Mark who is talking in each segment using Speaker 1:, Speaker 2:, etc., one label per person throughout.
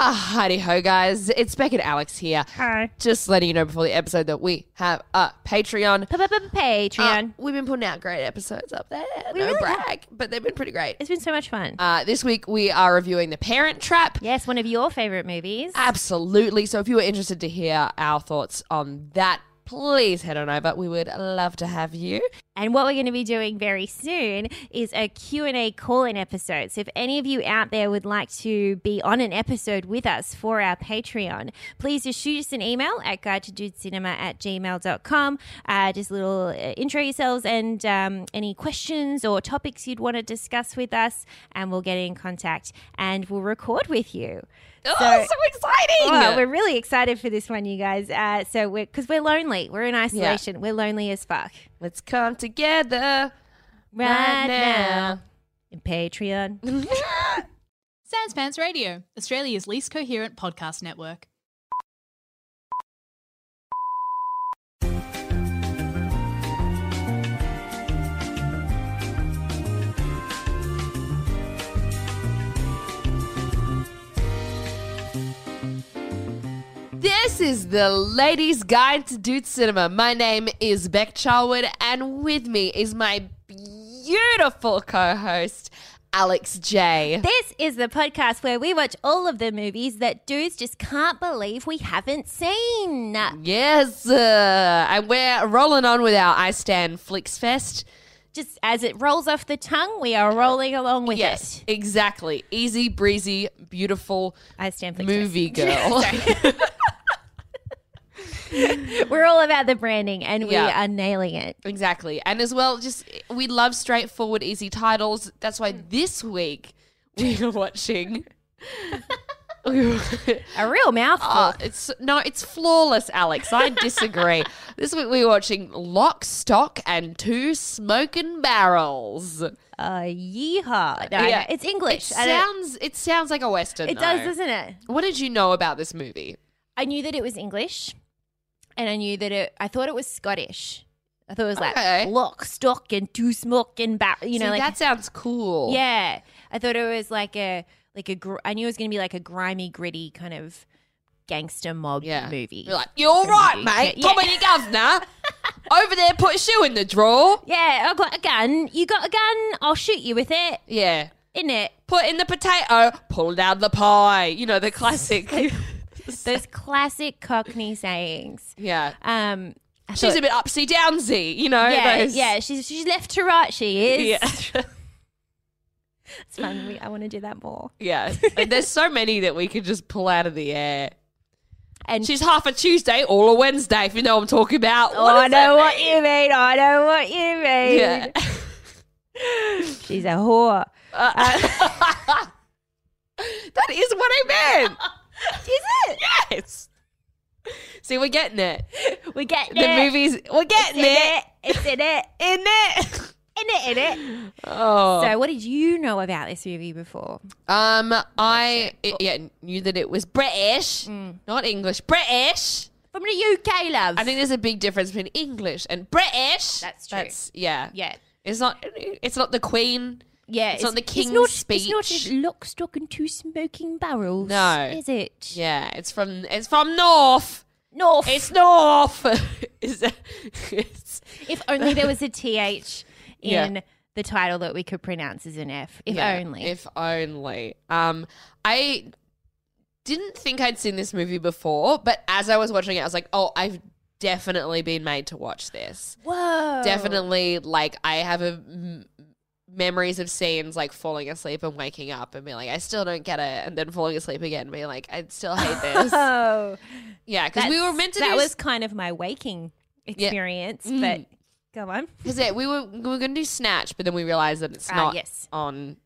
Speaker 1: Ah, howdy ho, guys. It's Beck and Alex here.
Speaker 2: Hi.
Speaker 1: Just letting you know before the episode that we have a Patreon.
Speaker 2: Patreon.
Speaker 1: Uh, we've been putting out great episodes up there.
Speaker 2: We
Speaker 1: no
Speaker 2: really
Speaker 1: brag, but they've been pretty great.
Speaker 2: it's been so much fun.
Speaker 1: Uh, this week we are reviewing The Parent Trap.
Speaker 2: yes, one of your favorite movies.
Speaker 1: uh, Absolutely. So if you were interested to hear our thoughts on that, please head on over. We would love to have you.
Speaker 2: and what we're going to be doing very soon is a Q&A call-in episode. So if any of you out there would like to be on an episode with us for our Patreon, please just shoot us an email at guide to dudecinema at gmail.com. Uh, just a little uh, intro yourselves and um, any questions or topics you'd want to discuss with us and we'll get in contact and we'll record with you.
Speaker 1: oh, so exciting!
Speaker 2: Oh, we're really excited for this one, you guys. Uh, so we're because we're lonely. We're in isolation. We're lonely as fuck
Speaker 1: Let's come together
Speaker 2: right, now. In Patreon.
Speaker 1: now.
Speaker 3: Sans Pants Radio, Australia's least coherent podcast network.
Speaker 1: This is the Ladies Guide to Dude Cinema. My name is Beck Charwood, and with me is my beautiful co host, Alex J.
Speaker 2: This is the podcast where we watch all of the movies that dudes just can't believe we haven't seen.
Speaker 1: Yes, uh, and we're rolling on with our I Stand Flicks Fest.
Speaker 2: Just as it rolls off the tongue, we are rolling along with
Speaker 1: Yes,
Speaker 2: it.
Speaker 1: exactly. Easy, breezy, beautiful
Speaker 2: I stand for
Speaker 1: movie girl.
Speaker 2: We're all about the branding and
Speaker 1: Yeah.
Speaker 2: we are nailing it.
Speaker 1: Exactly. And as well, just we love straightforward, easy titles. That's why this week we are watching. we were-
Speaker 2: A real mouthful.
Speaker 1: Ah, it's no, it's flawless, Alex. I disagree. this week we were watching Lock, Stock, and Two Smoking Barrels.
Speaker 2: uh, yeehaw. No, I
Speaker 1: Yeah.
Speaker 2: know. It's English.
Speaker 1: It
Speaker 2: I don't-
Speaker 1: sounds it sounds like a western.
Speaker 2: it
Speaker 1: though.
Speaker 2: does, doesn't it?
Speaker 1: What did you know about this movie?
Speaker 2: I knew that it was English, and I knew that it. I thought it was Scottish. I thought it was like
Speaker 1: Okay.
Speaker 2: lock, stock, and two smoke and bat. You know,
Speaker 1: See,
Speaker 2: like
Speaker 1: that sounds cool.
Speaker 2: yeah. I thought it was like a like a. Gr- I knew it was going to be like a grimy, gritty kind of gangster mob
Speaker 1: yeah.
Speaker 2: movie.
Speaker 1: You're like, you're right,
Speaker 2: movie.
Speaker 1: mate.
Speaker 2: Yeah, yeah.
Speaker 1: Tommy the governor. Over there, put a shoe in the drawer.
Speaker 2: yeah, I've got a gun. You got a gun? I'll shoot you with it.
Speaker 1: Yeah.
Speaker 2: In it,
Speaker 1: Put in the potato, pull down the pie. You know, the classic.
Speaker 2: those classic Cockney sayings.
Speaker 1: yeah.
Speaker 2: Um, I
Speaker 1: She's
Speaker 2: thought-
Speaker 1: a bit upsy downsy, you know?
Speaker 2: yeah,
Speaker 1: those-
Speaker 2: yeah. She's she's left to right. She is.
Speaker 1: Yeah.
Speaker 2: It's fun. We, I want to do that more.
Speaker 1: yeah. And there's so many that we could just pull out of the air.
Speaker 2: And
Speaker 1: She's half a Tuesday, all a Wednesday, if you know what I'm talking about.
Speaker 2: Oh,
Speaker 1: What
Speaker 2: I
Speaker 1: does that
Speaker 2: know what
Speaker 1: mean?
Speaker 2: you mean. I know what you mean.
Speaker 1: Yeah.
Speaker 2: She's a whore.
Speaker 1: Uh, that is what I meant.
Speaker 2: Is it?
Speaker 1: Yes. See, we're getting it.
Speaker 2: We get
Speaker 1: The movies, we're
Speaker 2: It's
Speaker 1: getting
Speaker 2: in
Speaker 1: it.
Speaker 2: it. It's in it.
Speaker 1: In it.
Speaker 2: In it. In it.
Speaker 1: Oh.
Speaker 2: So, what did you know about this movie before?
Speaker 1: Um, I it, yeah knew that it was British,
Speaker 2: Mm.
Speaker 1: not English. British.
Speaker 2: From the UK, love.
Speaker 1: I think there's a big difference between English and British.
Speaker 2: That's true.
Speaker 1: yeah,
Speaker 2: yeah,
Speaker 1: It's not. It's not the Queen.
Speaker 2: yeah.
Speaker 1: It's not the King's
Speaker 2: not, It's not
Speaker 1: Speech.
Speaker 2: a lock, stock, and two smoking barrels.
Speaker 1: No.
Speaker 2: is it?
Speaker 1: Yeah, it's from. It's from North.
Speaker 2: North.
Speaker 1: It's North. Is that- it's-
Speaker 2: if only there was a th
Speaker 1: Yeah.
Speaker 2: in the title that we could pronounce as an F. If
Speaker 1: yeah,
Speaker 2: only.
Speaker 1: If only. Um, I didn't think I'd seen this movie before, but as I was watching it, I was like, oh, I've definitely been made to watch this.
Speaker 2: Whoa.
Speaker 1: definitely like I have a m- memories of scenes like falling asleep and waking up and being like I still don't get it and then falling asleep again and being like I still hate this.
Speaker 2: Oh.
Speaker 1: yeah, because we were
Speaker 2: That's-
Speaker 1: meant to
Speaker 2: That
Speaker 1: do Mm.
Speaker 2: was kind of my waking experience, but go on.
Speaker 1: because we were we were going to do Snatch, but then we realized that it's
Speaker 2: Ah,
Speaker 1: not
Speaker 2: yes.
Speaker 1: on.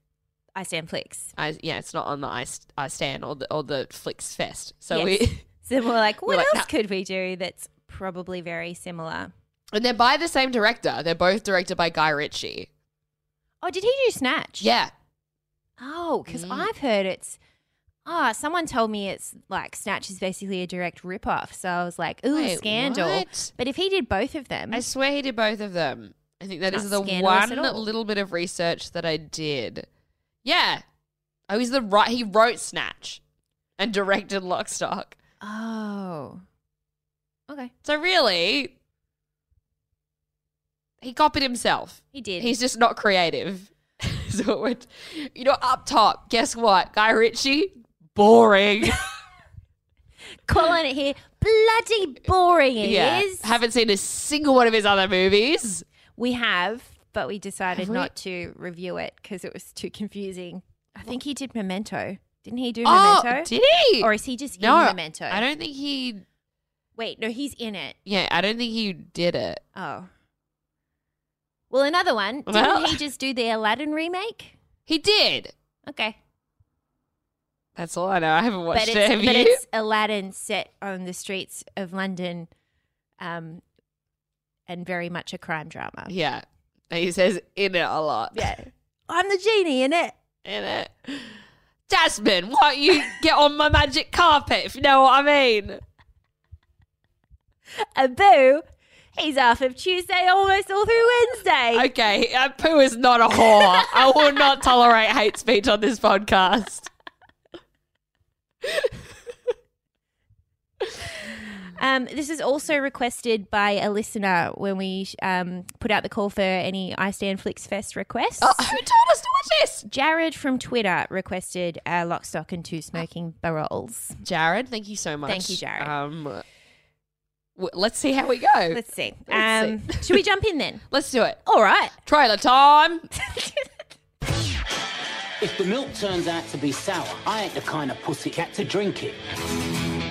Speaker 2: I stand flicks.
Speaker 1: I, yeah, it's not on the I, St- I stand or the or the Flicks Fest. So
Speaker 2: Yes.
Speaker 1: we
Speaker 2: So we're like, what
Speaker 1: like,
Speaker 2: else could we do that's probably very similar?
Speaker 1: and they're by the same director. They're both directed by Guy Ritchie.
Speaker 2: Oh, did he do Snatch?
Speaker 1: Yeah,
Speaker 2: Oh, because
Speaker 1: Mm.
Speaker 2: I've heard it's. Ah, someone told me it's like Snatch is basically a direct ripoff. So I was like, ooh,
Speaker 1: Wait,
Speaker 2: scandal.
Speaker 1: what?
Speaker 2: But if he did both of them,
Speaker 1: I swear he did both of them. I think that
Speaker 2: Not
Speaker 1: is the
Speaker 2: scandalous at
Speaker 1: one
Speaker 2: all.
Speaker 1: little bit of research that I did. Yeah. Oh, he's the right. He wrote Snatch and directed Lockstock.
Speaker 2: Oh. Okay.
Speaker 1: So really, he copied himself.
Speaker 2: He did.
Speaker 1: He's just not creative. so it would, you know, up top, guess what? Guy Ritchie, boring.
Speaker 2: calling it here. Bloody boring it is.
Speaker 1: Haven't seen a single one of his other movies.
Speaker 2: we have, but we decided
Speaker 1: Have we?
Speaker 2: not to review it because it was too confusing. I think he did Memento. Didn't he do
Speaker 1: Oh,
Speaker 2: Memento?
Speaker 1: did he?
Speaker 2: or is he just
Speaker 1: no,
Speaker 2: in Memento?
Speaker 1: I don't think he.
Speaker 2: Wait, no, he's in it.
Speaker 1: Yeah, I don't think he did it.
Speaker 2: Oh. Well, another one. Didn't
Speaker 1: Well-
Speaker 2: he just do the Aladdin remake?
Speaker 1: He did.
Speaker 2: Okay.
Speaker 1: That's all I know. I haven't watched
Speaker 2: but
Speaker 1: it.
Speaker 2: it's,
Speaker 1: Have
Speaker 2: but
Speaker 1: you?
Speaker 2: it's Aladdin set on the streets of London, um, and very much a crime drama.
Speaker 1: Yeah. And he says in it a lot.
Speaker 2: Yeah. I'm the genie in it.
Speaker 1: In it. Jasmine, why don't you get on my magic carpet, if you know what I mean?
Speaker 2: Abu, he's off of Tuesday almost all through Wednesday.
Speaker 1: Okay, uh, Pooh is not a whore. I will not tolerate hate speech on this podcast.
Speaker 2: Um, this is also requested by a listener when we um, put out the call for any I Stand Flicks Fest requests.
Speaker 1: Oh, who told us to watch this?
Speaker 2: Jared from Twitter requested uh, Lock, Stock, and Two Smoking Barrels.
Speaker 1: Jared, thank you so much.
Speaker 2: Thank you, Jared.
Speaker 1: Um, w- let's see how we go. Let's,
Speaker 2: Let's see.
Speaker 1: Let's
Speaker 2: um, should we jump in then?
Speaker 1: do it.
Speaker 2: All right.
Speaker 1: Trailer time.
Speaker 4: If the milk turns out to be sour, I ain't the kind of pussy cat to drink it.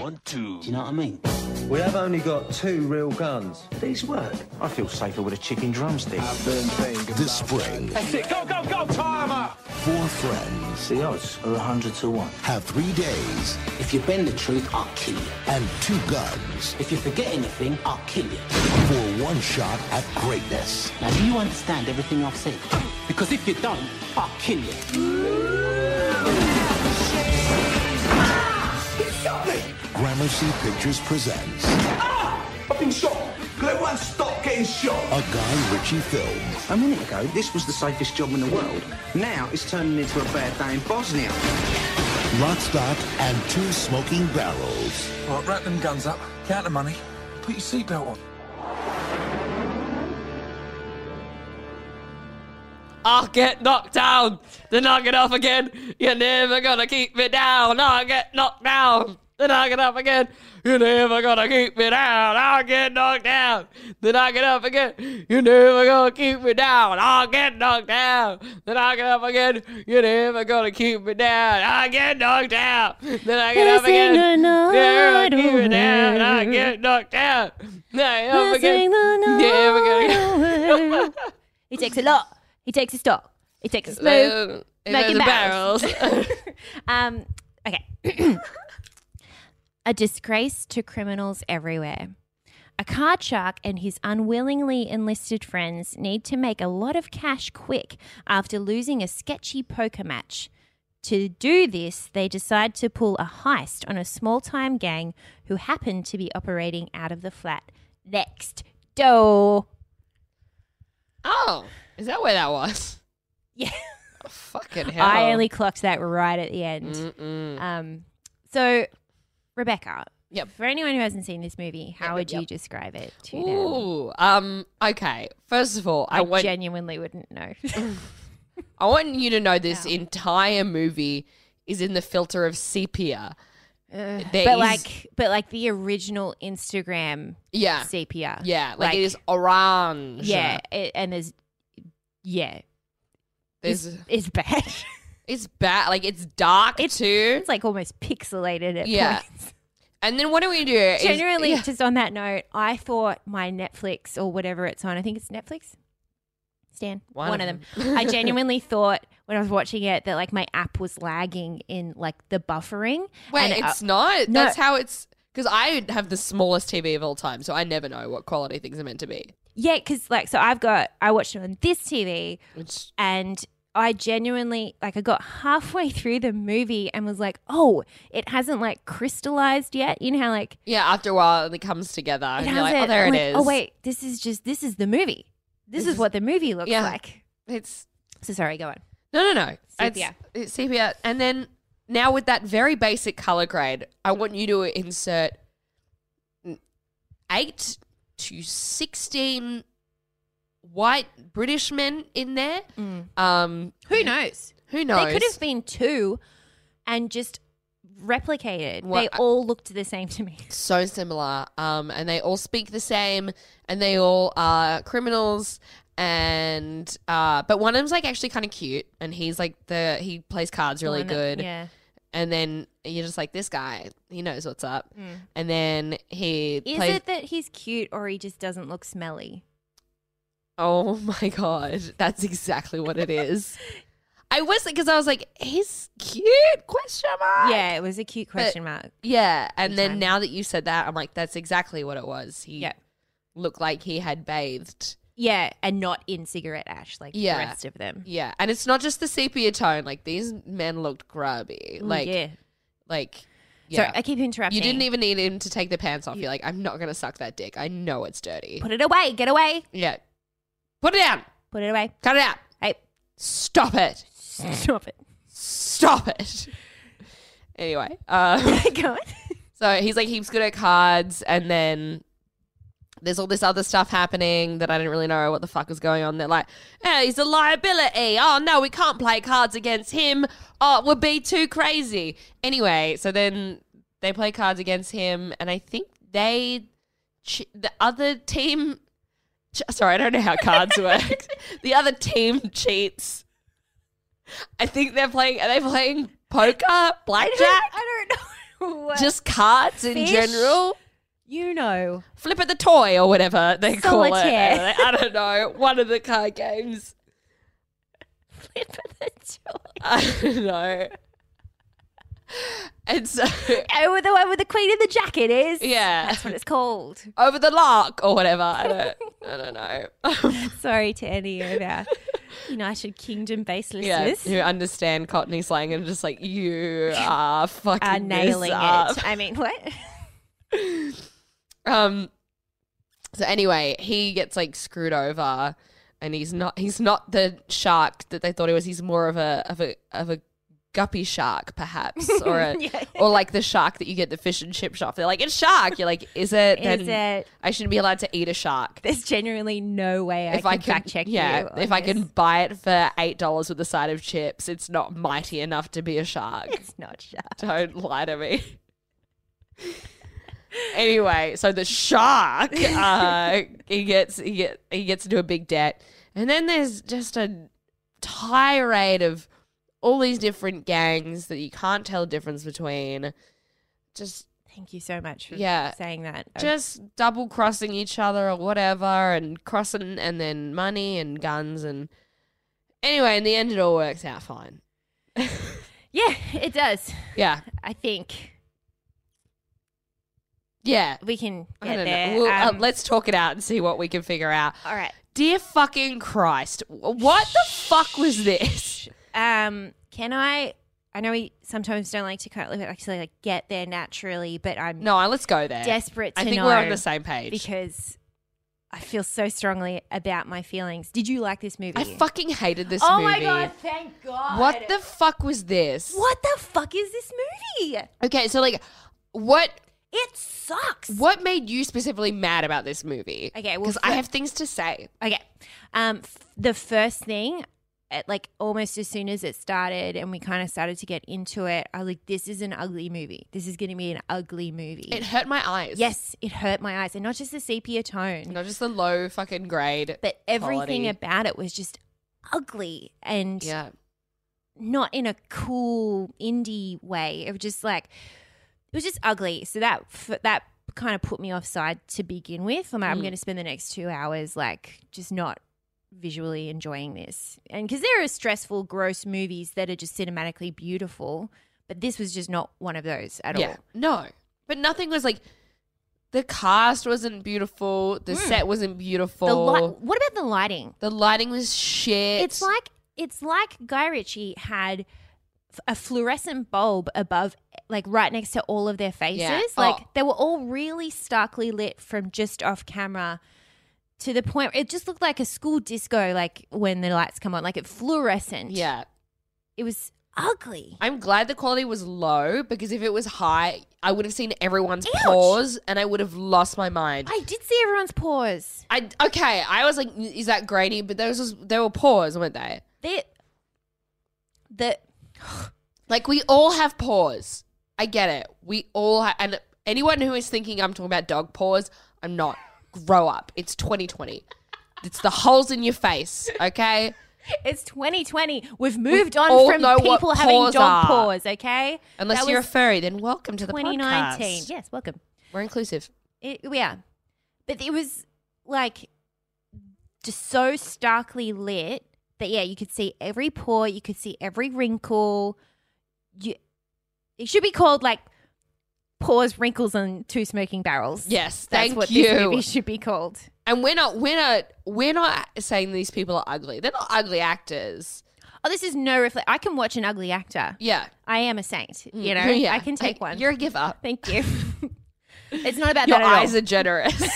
Speaker 5: One, two.
Speaker 4: Do you know what I mean?
Speaker 6: We have only got two real guns.
Speaker 5: These work. I feel safer with a chicken drumstick.
Speaker 7: This spring,
Speaker 5: Go, go, go, timer!
Speaker 7: four friends
Speaker 5: The odds are 100 to 1.
Speaker 7: have three days
Speaker 4: If you bend the truth, I'll kill you.
Speaker 7: and two guns
Speaker 4: If you forget anything, I'll kill you.
Speaker 7: for one shot at greatness.
Speaker 4: Now, do you understand everything I've said? Because if you don't, I'll kill you.
Speaker 7: Gramercy Pictures presents
Speaker 5: I've been Ah! shot. Could everyone stop getting shot?
Speaker 7: a Guy Ritchie film
Speaker 8: A minute ago, this was the safest job in the world. Now it's turning into a bad day in Bosnia.
Speaker 7: Lock, Stock, and Two Smoking Barrels.
Speaker 9: Right, wrap them guns up, count the money, put your seatbelt on.
Speaker 1: I'll get knocked down, then I'll get up again. You're never gonna keep me down. I'll get knocked down, then I'll get up again. You're never gonna keep me down. I'll get knocked down, then I'll get up again. You're never gonna keep me down. I'll get knocked down, then I'll get up again. You're never gonna keep me down. I'll get knocked down, then I get up again.
Speaker 2: Passing the
Speaker 1: Never gonna keep me
Speaker 2: night
Speaker 1: down. I'll
Speaker 2: away.
Speaker 1: get knocked down, then I get up again.
Speaker 2: Yeah,
Speaker 1: Never gonna
Speaker 2: he takes a lot. He takes a stock. He takes a smoke.
Speaker 1: Smoke
Speaker 2: Smoking
Speaker 1: in the
Speaker 2: barrels.
Speaker 1: barrels.
Speaker 2: Um, okay. a disgrace to criminals everywhere. A card shark and his unwillingly enlisted friends need to make a lot of cash quick after losing a sketchy poker match. To do this, they decide to pull a heist on a small time gang who happen to be operating out of the flat next door.
Speaker 1: Oh, is that where that was?
Speaker 2: Yeah.
Speaker 1: Fucking hell.
Speaker 2: I only clocked that right at the end. Um, so, Rebecca,
Speaker 1: Yep.
Speaker 2: for anyone who hasn't seen this movie, how
Speaker 1: yep,
Speaker 2: would you
Speaker 1: yep.
Speaker 2: describe it to them?
Speaker 1: Ooh. Um. Okay. First of all, I,
Speaker 2: I
Speaker 1: want
Speaker 2: genuinely wouldn't know.
Speaker 1: I want you to know this entire movie is in the filter of sepia. There is
Speaker 2: but like, but like the original Instagram
Speaker 1: yeah,
Speaker 2: sepia.
Speaker 1: Ah. yeah, like, it is orange.
Speaker 2: Yeah, it, and there's yeah,
Speaker 1: There's,
Speaker 2: it's bad.
Speaker 1: it's bad. Like it's dark too.
Speaker 2: it's like almost pixelated at
Speaker 1: Yeah.
Speaker 2: points.
Speaker 1: And then what do we do? is-
Speaker 2: Generally,
Speaker 1: yeah.
Speaker 2: just on that note, I thought my Netflix or whatever it's on, I think it's Netflix. Stan,
Speaker 1: One
Speaker 2: one,
Speaker 1: of
Speaker 2: of them. I genuinely thought when I was watching it that like my app was lagging in like the buffering.
Speaker 1: wait,
Speaker 2: and, uh,
Speaker 1: it's not.
Speaker 2: no.
Speaker 1: That's how it's because I have the smallest TV of all time, so I never know what quality things are meant to be.
Speaker 2: yeah, because like so I've got I watched it on this TV
Speaker 1: Which
Speaker 2: and I genuinely like I got halfway through the movie and was like, oh, it hasn't like crystallized yet. You know how like
Speaker 1: yeah, after a while it comes together, and
Speaker 2: it hasn't.
Speaker 1: you're like, oh, there
Speaker 2: I'm
Speaker 1: it
Speaker 2: like,
Speaker 1: is.
Speaker 2: Oh wait, this is just this is the movie. This, is, what the movie looks
Speaker 1: yeah.
Speaker 2: like.
Speaker 1: It's
Speaker 2: So sorry, go on.
Speaker 1: no, no, no.
Speaker 2: Sepia.
Speaker 1: It's, it's sepia, and then Now, with that very basic color grade, I want you to insert n- 8 to 16 white British men in there. Um,
Speaker 2: Who knows?
Speaker 1: who knows?
Speaker 2: Mm. They could have been two and just replicated.
Speaker 1: Well,
Speaker 2: they
Speaker 1: I-
Speaker 2: all looked the same to me.
Speaker 1: so similar. Um, and they all speak the same, and they all are criminals. And uh, but one of them's like actually kind of cute, and he's like the he plays cards really
Speaker 2: One-
Speaker 1: good.
Speaker 2: Yeah.
Speaker 1: And then you're just like this guy, he knows what's up. And then he
Speaker 2: Hmm. Is
Speaker 1: plays.
Speaker 2: it that he's cute or he just doesn't look smelly?
Speaker 1: oh my god, that's exactly what it is. I was because I was like, he's cute? Question mark.
Speaker 2: Yeah, it was a cute question mark.
Speaker 1: Yeah, and then
Speaker 2: time.
Speaker 1: now that you said that, I'm like, that's exactly what it was. He
Speaker 2: Yeah.
Speaker 1: looked like he had bathed.
Speaker 2: Yeah, and not in cigarette ash like
Speaker 1: Yeah.
Speaker 2: the rest of them.
Speaker 1: Yeah, and it's not just the sepia tone. Like these men looked grubby.
Speaker 2: Ooh,
Speaker 1: Like,
Speaker 2: Mm, yeah.
Speaker 1: like, yeah.
Speaker 2: Sorry, I keep interrupting.
Speaker 1: you didn't even need him to take the pants off. You're like, I'm not gonna suck that dick. I know it's dirty.
Speaker 2: put it away. Get away.
Speaker 1: yeah, put it down.
Speaker 2: Put it away.
Speaker 1: Cut it out.
Speaker 2: Hey,
Speaker 1: Stop it.
Speaker 2: stop it.
Speaker 1: Stop it. anyway, um,
Speaker 2: Go on.
Speaker 1: so he's like heaps good at cards, and then. There's all this other stuff happening that I didn't really know what the fuck was going on. They're like, "Eh, he's a liability. Oh no, we can't play cards against him. Oh, it would be too crazy. Anyway, so then they play cards against him, and I think they, ch- the other team, ch- sorry, I don't know how cards work. The other team cheats. I think they're playing. Are they playing poker, blackjack,
Speaker 2: I don't know. what-
Speaker 1: just cards in
Speaker 2: Fish?
Speaker 1: general?
Speaker 2: you know.
Speaker 1: flip at the toy or whatever they call it.
Speaker 2: Solitaire.
Speaker 1: I don't know. One of the card games.
Speaker 2: Flip of the toy.
Speaker 1: I don't know. And so,
Speaker 2: Oh, the one with the queen in the jacket is.
Speaker 1: Yeah.
Speaker 2: That's what it's called.
Speaker 1: over the lark or whatever. I don't. I don't know.
Speaker 2: Sorry to any of our United Kingdom based
Speaker 1: yeah,
Speaker 2: listeners.
Speaker 1: who understand Cockney slang and just like you are fucking
Speaker 2: Are
Speaker 1: this
Speaker 2: nailing
Speaker 1: up.
Speaker 2: it. I mean, what?
Speaker 1: Um. So anyway, he gets like screwed over, and he's not he's not the shark that they thought he was. He's more of a of a of a guppy shark, perhaps, or a,
Speaker 2: Yeah.
Speaker 1: or like the shark that you get the fish and chip shop. They're like, it's shark. You're like, is it?
Speaker 2: Is it?
Speaker 1: I shouldn't be allowed to eat a shark.
Speaker 2: There's genuinely no way I
Speaker 1: If
Speaker 2: can
Speaker 1: I, can
Speaker 2: fact check
Speaker 1: yeah,
Speaker 2: you. on
Speaker 1: if I
Speaker 2: this.
Speaker 1: can buy it for eight dollars with a side of chips, it's not mighty enough to be a shark.
Speaker 2: It's not sharp.
Speaker 1: Don't lie to me. anyway, so the shark, uh, he gets he get he gets into a big debt, and then there's just a tirade of all these different gangs that you can't tell the difference between. Just
Speaker 2: Thank you so much for
Speaker 1: Yeah.
Speaker 2: saying that. I-
Speaker 1: just double crossing each other or whatever, and crossing, and then money and guns and anyway, in the end, it all works out fine.
Speaker 2: yeah, it does.
Speaker 1: Yeah,
Speaker 2: I think
Speaker 1: yeah.
Speaker 2: we can
Speaker 1: I
Speaker 2: get
Speaker 1: don't know.
Speaker 2: there.
Speaker 1: Well, uh,
Speaker 2: Um,
Speaker 1: let's talk it out and see what we can figure out.
Speaker 2: all right.
Speaker 1: Dear fucking Christ, wh- what the fuck was this?
Speaker 2: Um, can I? I know we sometimes don't like to kind of actually like get there naturally, but I'm
Speaker 1: No, let's go there.
Speaker 2: desperate to
Speaker 1: I think
Speaker 2: know
Speaker 1: we're on the same page.
Speaker 2: because I feel so strongly about my feelings. Did you like this movie?
Speaker 1: I fucking hated this
Speaker 2: Oh
Speaker 1: movie.
Speaker 2: my god! Thank God.
Speaker 1: What the fuck was this?
Speaker 2: What the fuck is this movie?
Speaker 1: Okay, so like, what
Speaker 2: It sucks.
Speaker 1: what made you specifically mad about this movie?
Speaker 2: Okay, well,
Speaker 1: because I
Speaker 2: fir-
Speaker 1: have things to say.
Speaker 2: Okay. Um, f- the first thing, at, like almost as soon as it started and we kind of started to get into it, I was like, this is an ugly movie. This is going to be an ugly movie.
Speaker 1: It hurt my eyes.
Speaker 2: yes, it hurt my eyes. And not just the sepia tone,
Speaker 1: not just the low fucking grade,
Speaker 2: but everything
Speaker 1: quality.
Speaker 2: about it was just ugly and
Speaker 1: yeah,
Speaker 2: not in a cool indie way. It was just like it was just ugly. So that f- that kind of put me offside to begin with. I'm like, I'm going to spend the next two hours like just not visually enjoying this, and because there are stressful, gross movies that are just cinematically beautiful, but this was just not one of those at
Speaker 1: yeah,
Speaker 2: all.
Speaker 1: no, but nothing was like. The cast wasn't beautiful. The set wasn't beautiful.
Speaker 2: Hmm. The li- what about the lighting?
Speaker 1: The lighting was shit.
Speaker 2: It's like it's like Guy Ritchie had f- a fluorescent bulb above, like right next to all of their faces.
Speaker 1: Yeah.
Speaker 2: Like
Speaker 1: Oh.
Speaker 2: they were all really starkly lit from just off camera. To the point, it just looked like a school disco. Like when the lights come on, like it fluorescent.
Speaker 1: yeah,
Speaker 2: it was ugly.
Speaker 1: I'm glad the quality was low because if it was high, I would have seen everyone's pause and I would have lost my mind.
Speaker 2: I did see everyone's paws.
Speaker 1: I okay, I was like, is that grainy? But those was they were pause, weren't they?
Speaker 2: They, the
Speaker 1: Like we all have paws. I get it. We all ha- and anyone who is thinking I'm talking about dog paws, I'm not. Grow up. It's 2020. It's the holes in your face, okay?
Speaker 2: it's 2020. We've moved on
Speaker 1: all
Speaker 2: from
Speaker 1: know what
Speaker 2: people having
Speaker 1: paws
Speaker 2: dog
Speaker 1: are.
Speaker 2: paws. Okay,
Speaker 1: Unless
Speaker 2: That
Speaker 1: you're a
Speaker 2: was
Speaker 1: furry, then welcome to the
Speaker 2: 2019.
Speaker 1: 2019. podcast.
Speaker 2: Yes, welcome.
Speaker 1: We're inclusive.
Speaker 2: It, yeah, but it was like just so starkly lit that yeah, you could see every pore, you could see every wrinkle. You, it should be called like pores, wrinkles, and two smoking barrels.
Speaker 1: Yes,
Speaker 2: that's
Speaker 1: thank
Speaker 2: what
Speaker 1: you.
Speaker 2: this movie should be called.
Speaker 1: And we're not we're not we're not saying these people are ugly. They're not ugly actors.
Speaker 2: Oh, this is no reflect. I can watch an ugly actor.
Speaker 1: Yeah.
Speaker 2: I am a saint. You know,
Speaker 1: Mm. Yeah.
Speaker 2: I can take
Speaker 1: Like,
Speaker 2: one.
Speaker 1: You're a giver.
Speaker 2: Thank you. it's not about
Speaker 1: Your
Speaker 2: that at
Speaker 1: eyes
Speaker 2: all.
Speaker 1: are generous.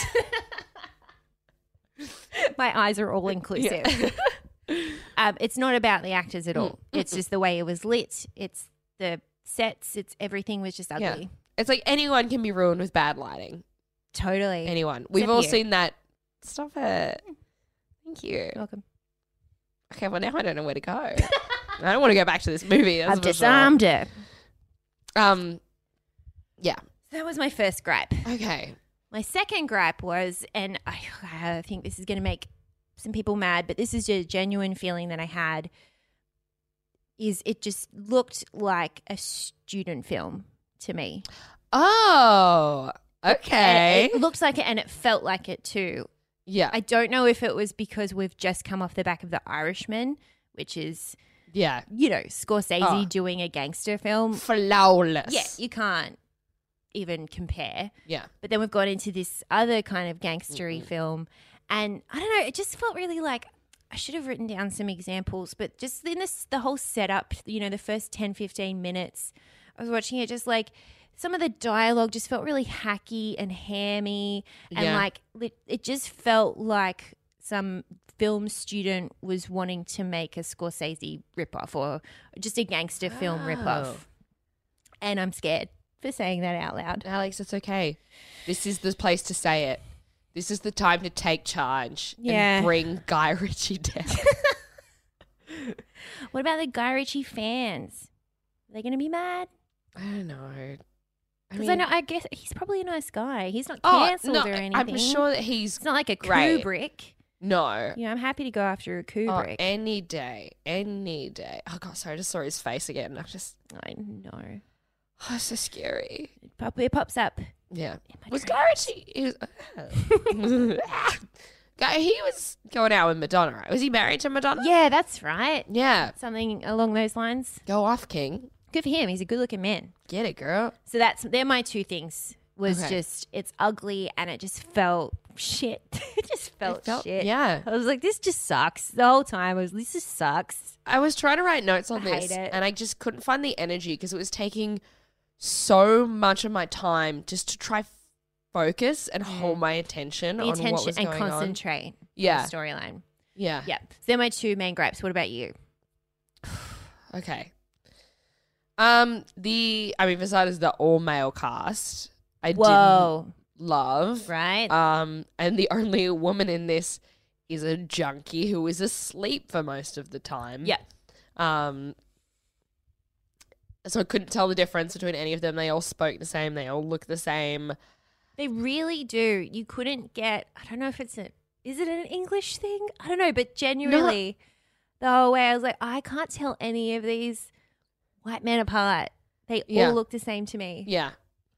Speaker 2: My eyes are all inclusive. um, it's not about the actors
Speaker 1: Mm,
Speaker 2: at all. It's just the way it was lit. It's the sets. It's everything was just ugly.
Speaker 1: yeah. It's like anyone can be ruined with bad lighting.
Speaker 2: Totally.
Speaker 1: Anyone. We've
Speaker 2: Except
Speaker 1: all
Speaker 2: you.
Speaker 1: seen that. Stop it. Thank you.
Speaker 2: Welcome.
Speaker 1: Okay, well now I don't know where to go. I don't want to go back to this movie. That's
Speaker 2: I've
Speaker 1: for sure.
Speaker 2: disarmed her.
Speaker 1: Um yeah.
Speaker 2: That was my first gripe.
Speaker 1: Okay.
Speaker 2: My second gripe was, and I, I think this is going to make some people mad, but this is a genuine feeling that I had. Is it just looked like a student film to me?
Speaker 1: Oh. Okay.
Speaker 2: And It looked like it, and it felt like it too.
Speaker 1: yeah.
Speaker 2: I don't know if it was because we've just come off the back of The Irishman, which is
Speaker 1: yeah.
Speaker 2: you know Scorsese
Speaker 1: Oh.
Speaker 2: doing a gangster film.
Speaker 1: Flawless.
Speaker 2: Yeah, you can't even compare.
Speaker 1: yeah.
Speaker 2: But then we've got into this other kind of gangstery film, and I don't know. It just felt really like I should have written down some examples, but just in this the whole setup, you know, the first 10, 15 minutes, I was watching it just like some of the dialogue just felt really hacky and hammy, and
Speaker 1: Yeah.
Speaker 2: like lit- it just felt like some film student was wanting to make a Scorsese ripoff or just a gangster film ripoff. And I'm scared for saying that out loud.
Speaker 1: Alex, it's okay. This is the place to say it. This is the time to take charge
Speaker 2: Yeah.
Speaker 1: and bring Guy Ritchie down.
Speaker 2: What about the Guy Ritchie fans? Are they going to be mad?
Speaker 1: I don't know. I
Speaker 2: Because I,
Speaker 1: mean-
Speaker 2: know, I guess he's probably a nice guy. He's not
Speaker 1: Oh,
Speaker 2: cancelled
Speaker 1: no,
Speaker 2: or anything.
Speaker 1: I'm sure that he's
Speaker 2: it's not like a
Speaker 1: great.
Speaker 2: Kubrick.
Speaker 1: no.
Speaker 2: You know, I'm happy to go after a
Speaker 1: Oh,
Speaker 2: Kubrick.
Speaker 1: any day, any day. Oh god, sorry, I just saw his face again. I just,
Speaker 2: I know.
Speaker 1: oh, it's so scary.
Speaker 2: It, pop, it pops up.
Speaker 1: Yeah,
Speaker 2: my
Speaker 1: was Guy Ritchie? He was, Guy, he was going out with Madonna, right? Was he married to Madonna?
Speaker 2: Yeah, that's right.
Speaker 1: yeah.
Speaker 2: Something along those lines.
Speaker 1: Go off, King.
Speaker 2: Good for him. He's a good-looking man.
Speaker 1: Get it, girl.
Speaker 2: So that's they're my two things. Was
Speaker 1: Okay.
Speaker 2: just it's ugly and it just felt shit. it just felt,
Speaker 1: felt-
Speaker 2: shit.
Speaker 1: yeah.
Speaker 2: I was like, this just sucks. The whole time I was, this just sucks.
Speaker 1: I was trying to write notes on
Speaker 2: I hate
Speaker 1: this,
Speaker 2: it.
Speaker 1: and I just couldn't find the energy because it was taking so much of my time just to try f- focus and hold my attention
Speaker 2: Mm. The
Speaker 1: on what
Speaker 2: attention
Speaker 1: was
Speaker 2: and
Speaker 1: going on.
Speaker 2: concentrate. on
Speaker 1: Yeah.
Speaker 2: the Storyline.
Speaker 1: Yeah,
Speaker 2: Yeah. So they're my two main gripes. What about you?
Speaker 1: Okay. Um, the I mean, besides the all male cast, I
Speaker 2: Whoa.
Speaker 1: didn't love.
Speaker 2: Right?
Speaker 1: Um, and the only woman in this is a junkie who is asleep for most of the time.
Speaker 2: yeah.
Speaker 1: Um, so I couldn't tell the difference between any of them. They all spoke the same. They all look the same.
Speaker 2: They really do. You couldn't get I don't know if it's a is it an English thing? I don't know, but genuinely the whole way I was like, I can't tell any of these white men apart. They
Speaker 1: Yeah.
Speaker 2: all look the same to me.
Speaker 1: Yeah.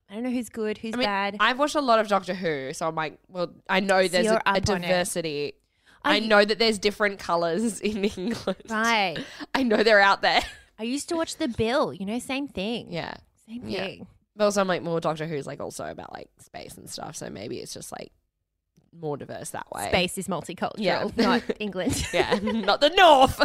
Speaker 2: I don't know who's good, who's
Speaker 1: I mean,
Speaker 2: bad.
Speaker 1: I've watched a lot of Doctor Who, so I'm like, well, I know
Speaker 2: So
Speaker 1: there's
Speaker 2: you're
Speaker 1: a, a
Speaker 2: up on it.
Speaker 1: diversity.
Speaker 2: Are
Speaker 1: I
Speaker 2: you-
Speaker 1: know that there's different colors in England.
Speaker 2: right.
Speaker 1: I know they're out there.
Speaker 2: I used to watch The Bill, you know, same thing.
Speaker 1: Yeah.
Speaker 2: Same
Speaker 1: Yeah.
Speaker 2: thing.
Speaker 1: But also, I'm like, more Doctor Who's like also about like space and stuff. So maybe it's just like more diverse that way.
Speaker 2: Space is multicultural,
Speaker 1: Yeah.
Speaker 2: not England.
Speaker 1: Yeah. Not the North.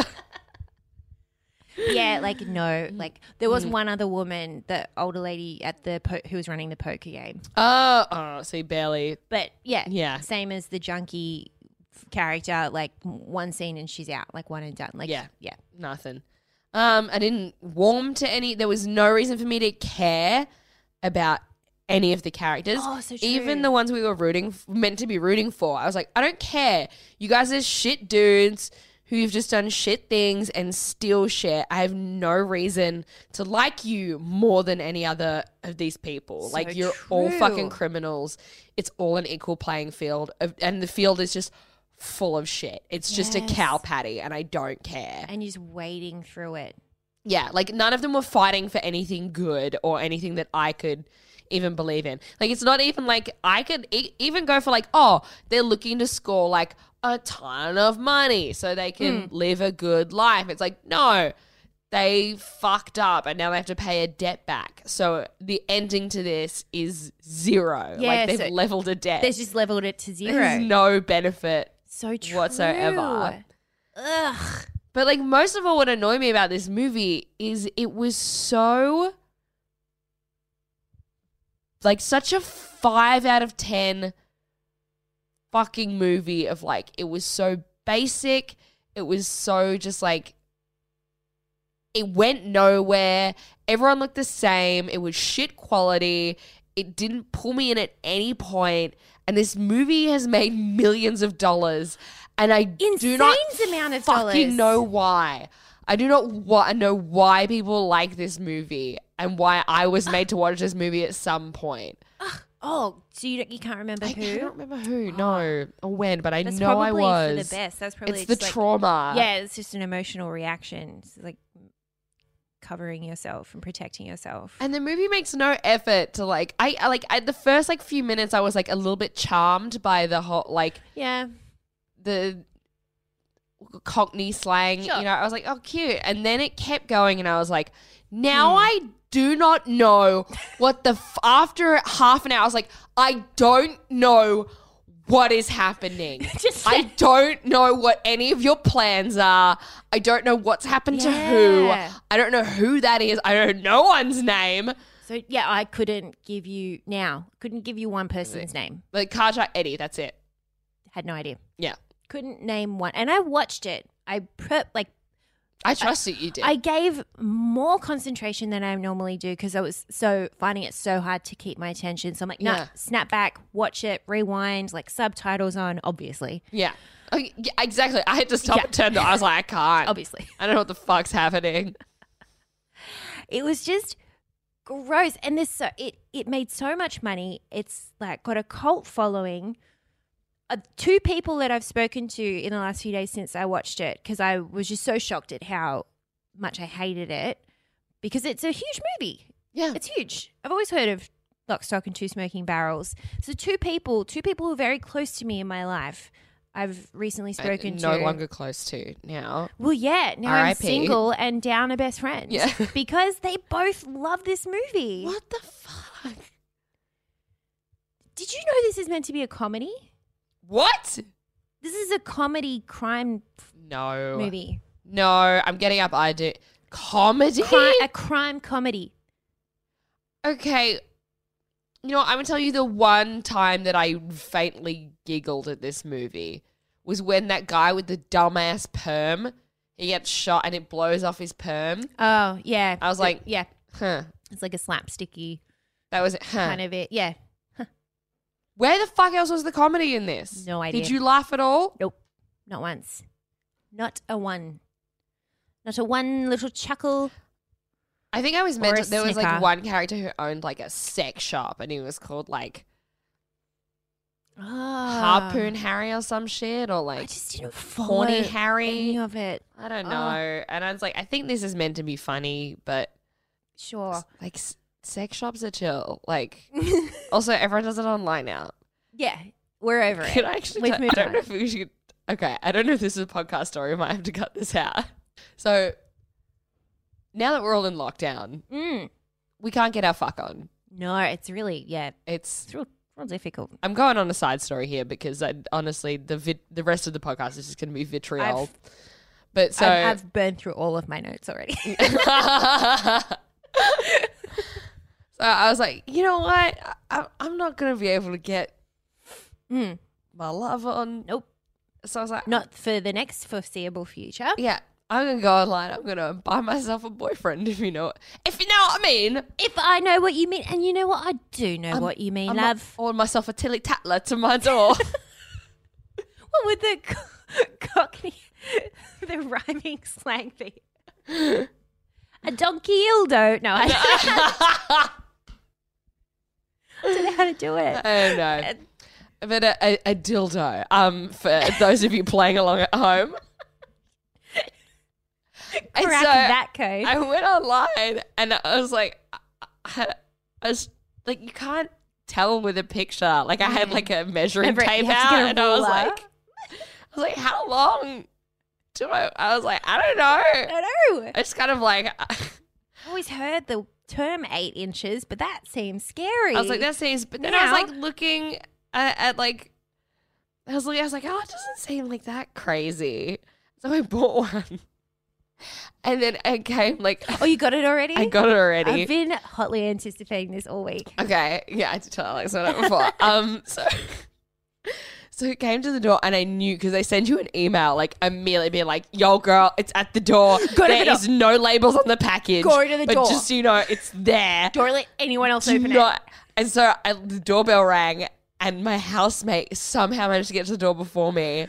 Speaker 2: yeah, like no,
Speaker 1: Mm.
Speaker 2: like there was one other woman, the older lady at the po- who was running the poker game.
Speaker 1: Oh, oh, see, barely.
Speaker 2: But yeah,
Speaker 1: Yeah.
Speaker 2: same as the junkie f- character. Like m- one scene and she's out, like one and done. Like
Speaker 1: Yeah.
Speaker 2: yeah,
Speaker 1: Nothing. Um, I didn't warm to any. There was no reason for me to care about any of the characters,
Speaker 2: Oh, so
Speaker 1: even
Speaker 2: true.
Speaker 1: the ones we were rooting f- meant to be rooting for. I was like, I don't care. You guys are shit dudes who've just done shit things and steal shit. I have no reason to like you more than any other of these people. like you're all fucking
Speaker 2: true.
Speaker 1: criminals. It's all an equal playing field, of- and the field is just full of shit. It's just a cow patty, and I don't care.
Speaker 2: and just wading through it.
Speaker 1: Yeah, like none of them were fighting for anything good or anything that I could even believe in. Like it's not even like I could e- even go for like, oh, they're looking to score like a ton of money so they can
Speaker 2: Hmm.
Speaker 1: live a good life. It's like, no. They fucked up and now they have to pay a debt back. So the ending to this is zero.
Speaker 2: Yeah,
Speaker 1: like they've
Speaker 2: so
Speaker 1: leveled a debt.
Speaker 2: They've just leveled it to zero.
Speaker 1: There's no benefit
Speaker 2: so true.
Speaker 1: whatsoever.
Speaker 2: Ugh.
Speaker 1: But like most of all, what annoyed me about this movie is it was so like such a five out of ten fucking movie of like it was so basic. It was so just like it went nowhere. Everyone looked the same. It was shit quality. It didn't pull me in at any point. And this movie has made millions of dollars. And I do not
Speaker 2: Insane amount of
Speaker 1: fucking
Speaker 2: dollars.
Speaker 1: know why. I do not wa- know why people like this movie and why I was made to watch this movie at some point.
Speaker 2: Oh, so you, don't, you can't remember
Speaker 1: I
Speaker 2: who? Oh.
Speaker 1: can't remember who, no, or when, but I
Speaker 2: That's
Speaker 1: know I
Speaker 2: probably
Speaker 1: was.
Speaker 2: for the best. That's probably
Speaker 1: it's the
Speaker 2: just like-
Speaker 1: trauma.
Speaker 2: Yeah, it's just an emotional reaction. It's like covering yourself and protecting yourself.
Speaker 1: And the movie makes no effort to like I I, like I, the first like few minutes I was like a little bit charmed by the whole like
Speaker 2: yeah.
Speaker 1: the Cockney slang. You know, I was like, oh, cute. And then it kept going, and I was like, now
Speaker 2: Hmm.
Speaker 1: I do not know what the. F- after half an hour, I was like, I don't know what is happening.
Speaker 2: Just-
Speaker 1: I don't know what any of your plans are. I don't know what's happened to
Speaker 2: Yeah.
Speaker 1: who. I don't know who that is. I don't know one's name.
Speaker 2: So yeah, I couldn't give you now. Couldn't give you one person's name.
Speaker 1: Like Kaja Eddie, that's it.
Speaker 2: Had no idea.
Speaker 1: Yeah.
Speaker 2: Couldn't name one. And I watched it. I prep like
Speaker 1: I trust that you did.
Speaker 2: I gave more concentration than I normally do because I was so finding it so hard to keep my attention. So I'm like, no,
Speaker 1: Yeah.
Speaker 2: snap back, watch it, rewind, like subtitles on, obviously,
Speaker 1: yeah. Oh, yeah. Exactly. I had to stop
Speaker 2: Yeah.
Speaker 1: and turn. it. I was like, I can't.
Speaker 2: obviously.
Speaker 1: I don't know what the fuck's happening.
Speaker 2: It was just gross, and this so it it made so much money. It's like got a cult following. Uh, two people that I've spoken to in the last few days since I watched it because I was just so shocked at how much I hated it because it's a huge movie.
Speaker 1: Yeah.
Speaker 2: It's huge. I've always heard of Lock, Stock, and Two Smoking Barrels. So two people, two people who are very close to me in my life, I've recently spoken
Speaker 1: no
Speaker 2: to.
Speaker 1: longer close to now.
Speaker 2: Well, yeah. Now I'm
Speaker 1: R.I.P..
Speaker 2: single and down a best friend.
Speaker 1: Yeah.
Speaker 2: because they both love this movie.
Speaker 1: What the fuck?
Speaker 2: Did you know this is meant to be a comedy?
Speaker 1: What?
Speaker 2: This is a comedy crime f-
Speaker 1: No.
Speaker 2: movie.
Speaker 1: No, I'm getting up. I do comedy.
Speaker 2: Cri- a crime comedy.
Speaker 1: okay. You know, what, I'm gonna tell you the one time that I faintly giggled at this movie was when that guy with the dumbass perm he gets shot and it blows off his perm.
Speaker 2: Oh yeah.
Speaker 1: I was like-
Speaker 2: yeah.
Speaker 1: Huh.
Speaker 2: It's like a slapsticky
Speaker 1: That was it. Huh.
Speaker 2: kind of it. Yeah.
Speaker 1: Where the fuck else was the comedy in this?
Speaker 2: No
Speaker 1: Did
Speaker 2: idea.
Speaker 1: you laugh at all?
Speaker 2: Nope. Not once. Not a one. Not a one little chuckle.
Speaker 1: I think I was
Speaker 2: Or
Speaker 1: meant
Speaker 2: a
Speaker 1: to, there was
Speaker 2: snicker.
Speaker 1: like one character who owned like a sex shop and he was called like
Speaker 2: Oh.
Speaker 1: Harpoon Harry or some shit or
Speaker 2: I
Speaker 1: like
Speaker 2: just didn't follow
Speaker 1: Horny Harry.
Speaker 2: any of it.
Speaker 1: I don't
Speaker 2: Oh.
Speaker 1: know. And I was like, I think this is meant to be funny, but
Speaker 2: Sure.
Speaker 1: like s- sex shops are chill. Like also everyone does it online now.
Speaker 2: Yeah, we're over it.
Speaker 1: Can I actually?
Speaker 2: We've
Speaker 1: tell-
Speaker 2: moved
Speaker 1: I don't
Speaker 2: on.
Speaker 1: know if we should. Okay, I don't know if this is a podcast story. We might have to cut this out. So now that we're all in lockdown,
Speaker 2: Mm.
Speaker 1: we can't get our fuck on.
Speaker 2: No, it's really yeah,
Speaker 1: It's
Speaker 2: it's real, real difficult.
Speaker 1: I'm going on a side story here because I, honestly, the vit- the rest of the podcast is just going to be vitriol. but so
Speaker 2: I've, I've burned through all of my notes already.
Speaker 1: so I was like, you know what? I, I'm not going to be able to get Hmm.
Speaker 2: Mm.
Speaker 1: my love on.
Speaker 2: Nope,
Speaker 1: So I was like,
Speaker 2: not for the next foreseeable future.
Speaker 1: yeah, I'm gonna go online. I'm gonna buy myself a boyfriend if you know it. If you know what I mean.
Speaker 2: If I know what you mean, and you know what, I do know what you mean,
Speaker 1: I'm not
Speaker 2: love.
Speaker 1: ordering myself a Tilly Tatler to my door.
Speaker 2: What would the co- cockney, the rhyming slang be? A donkey ildo. No, I don't know how to do it.
Speaker 1: oh no. But a, a, a dildo. Um, for those of you playing along at home. And
Speaker 2: Crack
Speaker 1: so
Speaker 2: that code.
Speaker 1: uh, I went online and I was like, I, I was like, you can't tell with a picture. Like I had like a measuring
Speaker 2: Remember, Mm. you
Speaker 1: tape
Speaker 2: have to
Speaker 1: out,
Speaker 2: get a
Speaker 1: and I was
Speaker 2: ruler.
Speaker 1: like, I was like, how long do I? I was like, I don't know.
Speaker 2: I don't know.
Speaker 1: I just kind of like,
Speaker 2: I've always heard the term eight inches, but that seems scary.
Speaker 1: I was like, that seems. But then I
Speaker 2: Now-
Speaker 1: was like looking at, at like, I was looking. I was like, oh, it doesn't seem like that crazy. So I bought one, and then it came like
Speaker 2: Oh, you got it already?
Speaker 1: I got it already.
Speaker 2: I've been hotly anticipating this all week.
Speaker 1: Okay. Yeah, I did tell Alex about it before. um, so so it came to the door, and I knew because they send you an email like immediately, being like, "Yo, girl, it's at the door.
Speaker 2: Go to
Speaker 1: There
Speaker 2: the door.
Speaker 1: is no labels on the package.
Speaker 2: Go to the
Speaker 1: but
Speaker 2: door.
Speaker 1: Just so you know, it's there.
Speaker 2: Don't let anyone else
Speaker 1: Do
Speaker 2: open it.
Speaker 1: not." And so I, the doorbell rang. And my housemate somehow managed to get to the door before me.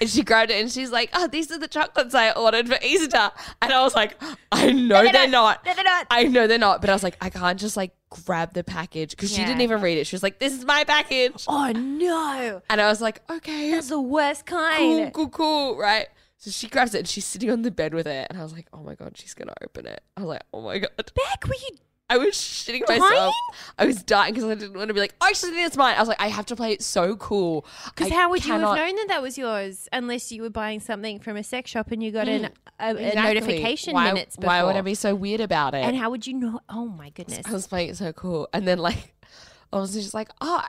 Speaker 1: and she grabbed it and she's like, Oh, these are the chocolates I ordered for Easter. And I was like, I know
Speaker 2: they're
Speaker 1: they're, not.
Speaker 2: not. No, they're not.
Speaker 1: I know they're not, but I was like, I can't just like grab the package because she
Speaker 2: Yeah.
Speaker 1: didn't even read it. She was like, "This is my package,"
Speaker 2: Oh no,
Speaker 1: and I was like, "Okay,
Speaker 2: that's the worst
Speaker 1: cool,
Speaker 2: kind.
Speaker 1: cool, cool, right?" So she grabs it and she's sitting on the bed with it, and I was like, "Oh my god, she's gonna open it!" I was like, "Oh my god."
Speaker 2: Beck, were you
Speaker 1: I was shitting
Speaker 2: Dying?
Speaker 1: myself. I was dying because I didn't want to be like, "Oh, actually, that's mine." I was like, "I have to play it so cool."
Speaker 2: Because
Speaker 1: I
Speaker 2: how would
Speaker 1: cannot-
Speaker 2: you have known that that was yours unless you were buying something from a sex shop and you got an, a, a
Speaker 1: Mm, Exactly.
Speaker 2: notification
Speaker 1: why,
Speaker 2: minutes before?
Speaker 1: Why would I be so weird about it?
Speaker 2: And how would you know? Oh my goodness.
Speaker 1: I was playing it so cool. And then like I was just like, oh,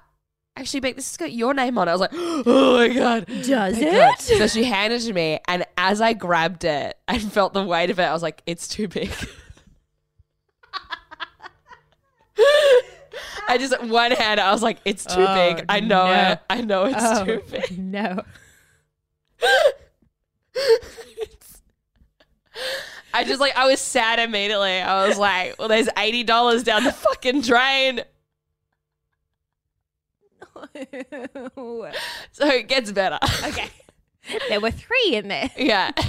Speaker 1: actually, Beck, this has got your name on it. I was like, oh my God.
Speaker 2: Does
Speaker 1: Thank God.
Speaker 2: it?
Speaker 1: So she handed it to me. And as I grabbed it and felt the weight of it, I was like, it's too big. I just one hand, I was like, it's too big. I know
Speaker 2: Oh, no. Oh.
Speaker 1: it. I know it's too big.
Speaker 2: no.
Speaker 1: I just like I was sad immediately. I was like, well, there's eighty dollars down the fucking drain. So it gets better. Okay.
Speaker 2: there were three in there.
Speaker 1: Yeah.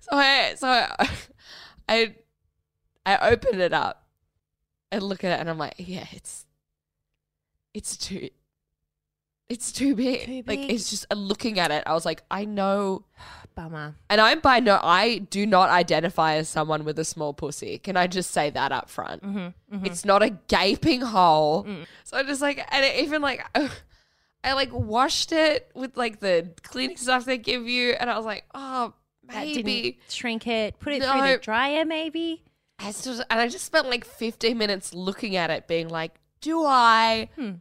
Speaker 1: So I so I, I I open it up and look at it and I'm like, yeah, it's it's too it's too big.
Speaker 2: Too big.
Speaker 1: Like it's just uh, looking at it, I was like, I know
Speaker 2: Bummer.
Speaker 1: and I'm by no I do not identify as someone with a small pussy. Can I just say that up front?
Speaker 2: Mm-hmm,
Speaker 1: It's not a gaping hole.
Speaker 2: Mm.
Speaker 1: So I just like and it even like I like washed it with like the cleaning stuff they give you and I was like, oh
Speaker 2: That
Speaker 1: maybe
Speaker 2: didn't shrink it. Put it through
Speaker 1: No.
Speaker 2: the dryer, maybe.
Speaker 1: I still, and I just spent like 15 minutes looking at it, being like, do I?
Speaker 2: Hmm.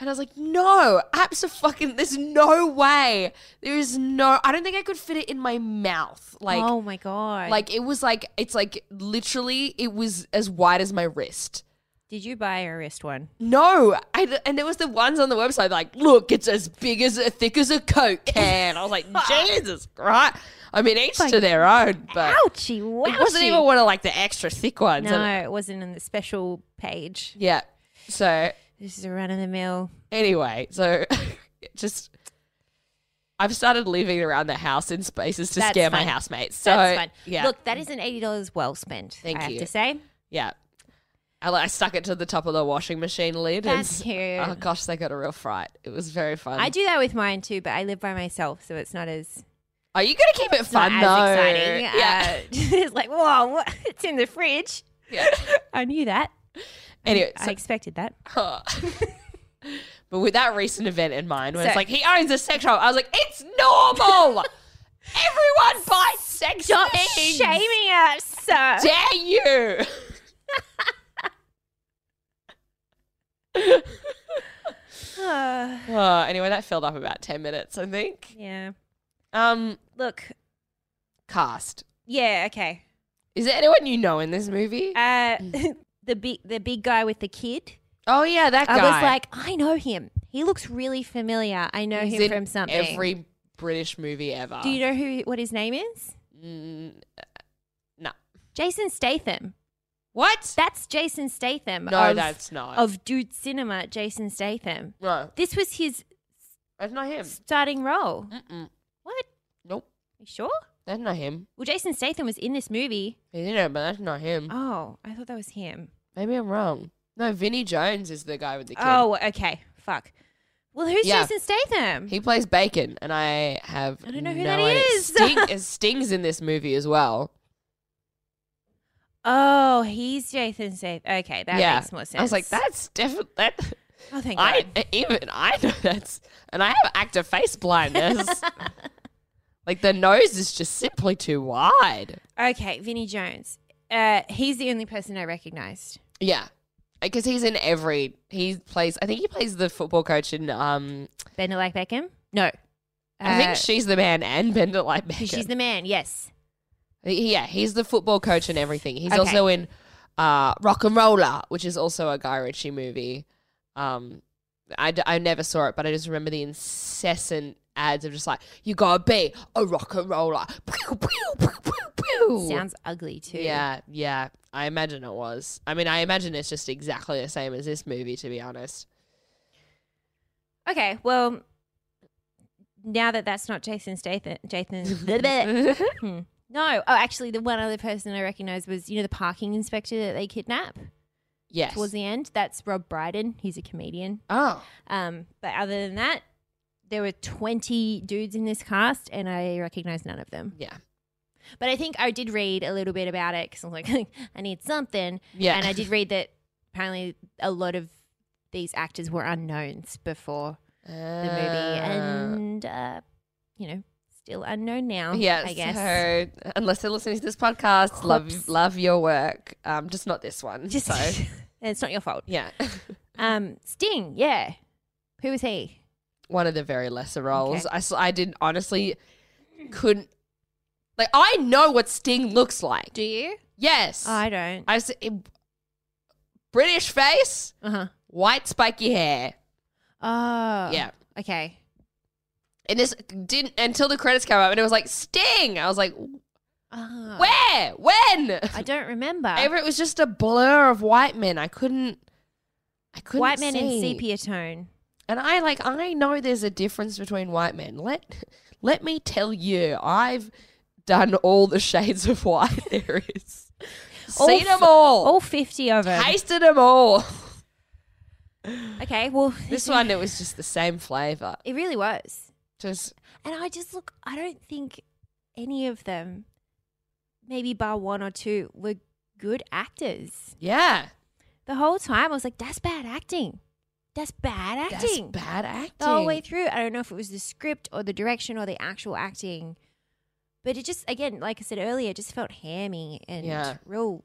Speaker 1: And I was like, no, absolutely. There's no way. There is no, I don't think I could fit it in my mouth. Like,
Speaker 2: oh my god.
Speaker 1: like it was like, it's like literally, it was as wide as my wrist.
Speaker 2: did you buy a wrist one?
Speaker 1: No, I, and there was the ones on the website like, look, it's as big as thick as a coke can. I was like, Jesus Christ! I mean, each to their own, but
Speaker 2: Ouchie! Wow.
Speaker 1: it wasn't even one of like the extra thick ones.
Speaker 2: No,
Speaker 1: And-
Speaker 2: it wasn't in the special page.
Speaker 1: Yeah. So
Speaker 2: This is a run of the mill.
Speaker 1: anyway, so it just I've started living around the house in spaces to
Speaker 2: That's
Speaker 1: scare my
Speaker 2: fine.
Speaker 1: housemates. So
Speaker 2: That's fine.
Speaker 1: yeah,
Speaker 2: Look, that is an eighty dollars well spent.
Speaker 1: Thank
Speaker 2: I
Speaker 1: you.
Speaker 2: have to say.
Speaker 1: yeah. I, like, I stuck it to the top of the washing machine lid. and-
Speaker 2: That's cute.
Speaker 1: Oh gosh, they got a real fright. It was very fun.
Speaker 2: I do that with mine too, but I live by myself, so it's not as
Speaker 1: Are you gonna keep it
Speaker 2: it's not
Speaker 1: fun
Speaker 2: as
Speaker 1: though?
Speaker 2: exciting.
Speaker 1: Yeah.
Speaker 2: Uh, it's like whoa, what? it's in the fridge.
Speaker 1: yeah.
Speaker 2: I knew that.
Speaker 1: Anyway,
Speaker 2: I
Speaker 1: so,
Speaker 2: expected that.
Speaker 1: but with that recent event in mind, when it's
Speaker 2: So-
Speaker 1: like he owns a sex shop, I was like, it's normal. Everyone buys sex
Speaker 2: Stop
Speaker 1: things.
Speaker 2: shaming us, sir.
Speaker 1: dare you? Oh, anyway, that filled up about ten minutes, I think.
Speaker 2: yeah.
Speaker 1: Um,
Speaker 2: Look.
Speaker 1: cast.
Speaker 2: Yeah. Okay.
Speaker 1: Is there anyone you know in this movie?
Speaker 2: Uh, the big the big guy with the kid.
Speaker 1: oh yeah, that guy.
Speaker 2: I was like, I know him. He looks really familiar. I know
Speaker 1: He's
Speaker 2: him
Speaker 1: in
Speaker 2: from something.
Speaker 1: Every British movie ever.
Speaker 2: Do you know who what his name is?
Speaker 1: no.
Speaker 2: Jason Statham.
Speaker 1: What?
Speaker 2: That's Jason Statham.
Speaker 1: No,
Speaker 2: of-
Speaker 1: that's not.
Speaker 2: Of dude cinema, Jason Statham.
Speaker 1: no,
Speaker 2: This was his
Speaker 1: that's not him.
Speaker 2: starting role.
Speaker 1: Mm-mm.
Speaker 2: What?
Speaker 1: Nope,
Speaker 2: You sure?
Speaker 1: that's not him.
Speaker 2: Well, Jason Statham was in this movie.
Speaker 1: He's in it, but that's not him.
Speaker 2: Oh, I thought that was him.
Speaker 1: Maybe I'm wrong. No, Vinnie Jones is the guy with the kid.
Speaker 2: Oh, okay. Fuck. Well, who's
Speaker 1: Yeah.
Speaker 2: Jason Statham?
Speaker 1: He plays Bacon, and I have
Speaker 2: I don't know who
Speaker 1: no
Speaker 2: that
Speaker 1: idea.
Speaker 2: is.
Speaker 1: Sting, uh, Sting's in this movie as well.
Speaker 2: oh, he's Jason Statham. Okay, that
Speaker 1: yeah,
Speaker 2: makes more sense.
Speaker 1: I was like, that's definitely that.
Speaker 2: Oh, thank
Speaker 1: I e,
Speaker 2: God.
Speaker 1: even I know that's, and I have active face blindness. like the nose is just simply too wide.
Speaker 2: Okay, Vinnie Jones. Uh, he's the only person I recognized.
Speaker 1: Yeah, because he's in every. He plays. I think he plays the football coach in. Um,
Speaker 2: Bender like Beckham? No.
Speaker 1: I
Speaker 2: Uh,
Speaker 1: think she's the man and Bender like Beckham.
Speaker 2: she's the man. Yes.
Speaker 1: Yeah, he's the football coach and everything. He's
Speaker 2: Okay.
Speaker 1: also in uh, Rock and Roller, which is also a Guy Ritchie movie. Um, I, d- I never saw it, but I just remember the incessant ads of just like, you gotta be a rock and roller. Pew, pew, pew, pew, pew.
Speaker 2: Sounds ugly too.
Speaker 1: Yeah, yeah. I imagine it was. I mean, I imagine it's just exactly the same as this movie, to be honest.
Speaker 2: Okay. Well, now that that's not Jason Statham, Jason. Hmm. No. Oh, actually, the one other person I recognized was you know the parking inspector that they kidnap
Speaker 1: Yes.
Speaker 2: towards the end. That's Rob Brydon. He's a comedian.
Speaker 1: oh,
Speaker 2: Um, but other than that, there were twenty dudes in this cast, and I recognized none of them.
Speaker 1: yeah.
Speaker 2: But I think I did read a little bit about it because I was like, I need something.
Speaker 1: Yeah.
Speaker 2: And I did read that apparently a lot of these actors were unknowns before the movie, and uh, you know, still unknown now.
Speaker 1: Yeah,
Speaker 2: Oh, I guess.
Speaker 1: So unless they're listening to this podcast, love
Speaker 2: Whoops.
Speaker 1: love your work. Um, just not this one.
Speaker 2: Just
Speaker 1: so
Speaker 2: it's not your fault.
Speaker 1: yeah,
Speaker 2: Um, Sting, yeah. Who was he?
Speaker 1: one of the very lesser roles.
Speaker 2: Okay.
Speaker 1: I s- I didn't honestly couldn't like I know what Sting looks like.
Speaker 2: Do you?
Speaker 1: Yes,
Speaker 2: I don't.
Speaker 1: I s- it- British face,
Speaker 2: Uh huh.
Speaker 1: white spiky hair.
Speaker 2: Oh.
Speaker 1: Yeah.
Speaker 2: Okay.
Speaker 1: And this didn't until the credits came up, and it was like Sting. I was like,
Speaker 2: Oh.
Speaker 1: where, when?
Speaker 2: I don't remember.
Speaker 1: Ever it was just a blur of white men. I couldn't. I couldn't.
Speaker 2: White men in
Speaker 1: see.
Speaker 2: sepia tone.
Speaker 1: And I like I know there's a difference between white men. Let let me tell you, I've done all the shades of white there is. Seen
Speaker 2: f-
Speaker 1: them all,
Speaker 2: All 50 of them.
Speaker 1: tasted them all.
Speaker 2: Okay, well,
Speaker 1: This one it was just the same flavor.
Speaker 2: it really was.
Speaker 1: Just
Speaker 2: And I just look, I don't think any of them, maybe bar one or two, were good actors.
Speaker 1: yeah,
Speaker 2: The whole time I was like, that's bad acting. That's bad
Speaker 1: that's
Speaker 2: acting.
Speaker 1: bad acting.
Speaker 2: The whole way through. I don't know if it was the script or the direction or the actual acting. But it just, again, like I said earlier, it just felt hammy and
Speaker 1: Yeah.
Speaker 2: real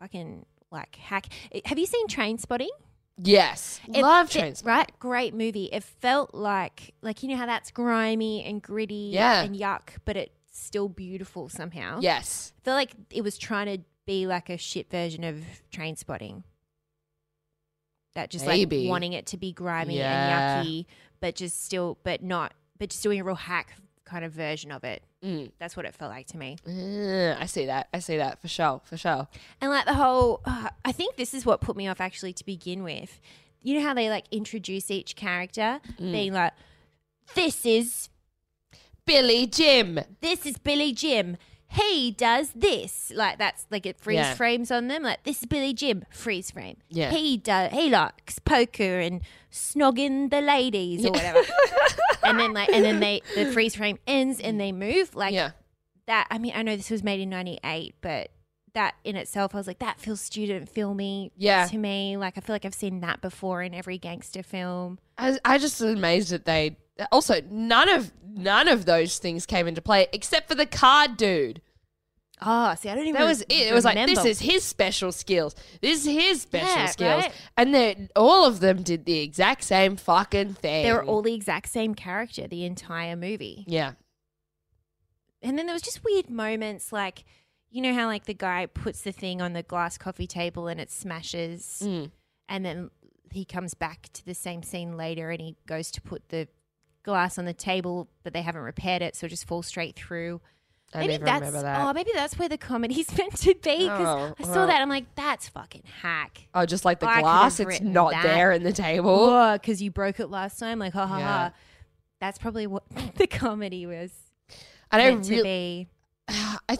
Speaker 2: fucking like hack. Eh, Have you seen Train Spotting?
Speaker 1: Yes,
Speaker 2: It-
Speaker 1: love
Speaker 2: it-
Speaker 1: trains.
Speaker 2: right? Great movie. It felt like like you know how that's grimy and gritty
Speaker 1: Yeah.
Speaker 2: and yuck, but it's still beautiful somehow.
Speaker 1: Yes,
Speaker 2: I feel like it was trying to be like a shit version of train spotting. That just
Speaker 1: Maybe.
Speaker 2: like wanting it to be grimy
Speaker 1: Yeah.
Speaker 2: and yucky, but just still but not but just doing a real hack kind of version of it.
Speaker 1: Mm.
Speaker 2: That's what it felt like to me.
Speaker 1: Mm, I see that. I see that for sure. For sure.
Speaker 2: And like the whole, uh, I think this is what put me off actually to begin with. You know how they like introduce each character,
Speaker 1: Mm.
Speaker 2: being like, "This is
Speaker 1: Billy Jim.
Speaker 2: this is Billy Jim. He does this." Like that's like it freeze
Speaker 1: Yeah.
Speaker 2: frames on them. Like this is Billy Jim. Freeze frame.
Speaker 1: Yeah.
Speaker 2: He does. He likes poker and snogging the ladies or whatever. and then like, and then they the freeze frame ends and they move. Like
Speaker 1: Yeah.
Speaker 2: that I mean, I know this was made in '98, but that in itself, I was like, that feels student filmy,
Speaker 1: Yeah.
Speaker 2: to me. Like, I feel like I've seen that before in every gangster film.
Speaker 1: I, I just was amazed that they also none of none of those things came into play except for the card dude.
Speaker 2: Oh, see, I don't even.
Speaker 1: That was it. It was like this
Speaker 2: remember.
Speaker 1: is his special skills. This is his special
Speaker 2: Yeah,
Speaker 1: skills,
Speaker 2: right.
Speaker 1: and then all of them did the exact same fucking thing.
Speaker 2: They were all the exact same character the entire movie,
Speaker 1: yeah,
Speaker 2: and then there was just weird moments like. You know how like the guy puts the thing on the glass coffee table and it smashes,
Speaker 1: Mm.
Speaker 2: and then he comes back to the same scene later and he goes to put the glass on the table, but they haven't repaired it, so it just falls straight through.
Speaker 1: I never
Speaker 2: that's
Speaker 1: remember that.
Speaker 2: oh, maybe that's where the comedy's meant to be. Because
Speaker 1: Oh,
Speaker 2: I saw
Speaker 1: well.
Speaker 2: that, I'm like, that's fucking hack.
Speaker 1: Oh, just like the
Speaker 2: I could've
Speaker 1: glass, it's
Speaker 2: written
Speaker 1: not
Speaker 2: that.
Speaker 1: there in the table.
Speaker 2: Oh, because you broke it last time. Like, ha ha
Speaker 1: Yeah.
Speaker 2: ha. That's probably what the comedy was
Speaker 1: And I
Speaker 2: meant to
Speaker 1: really,
Speaker 2: be.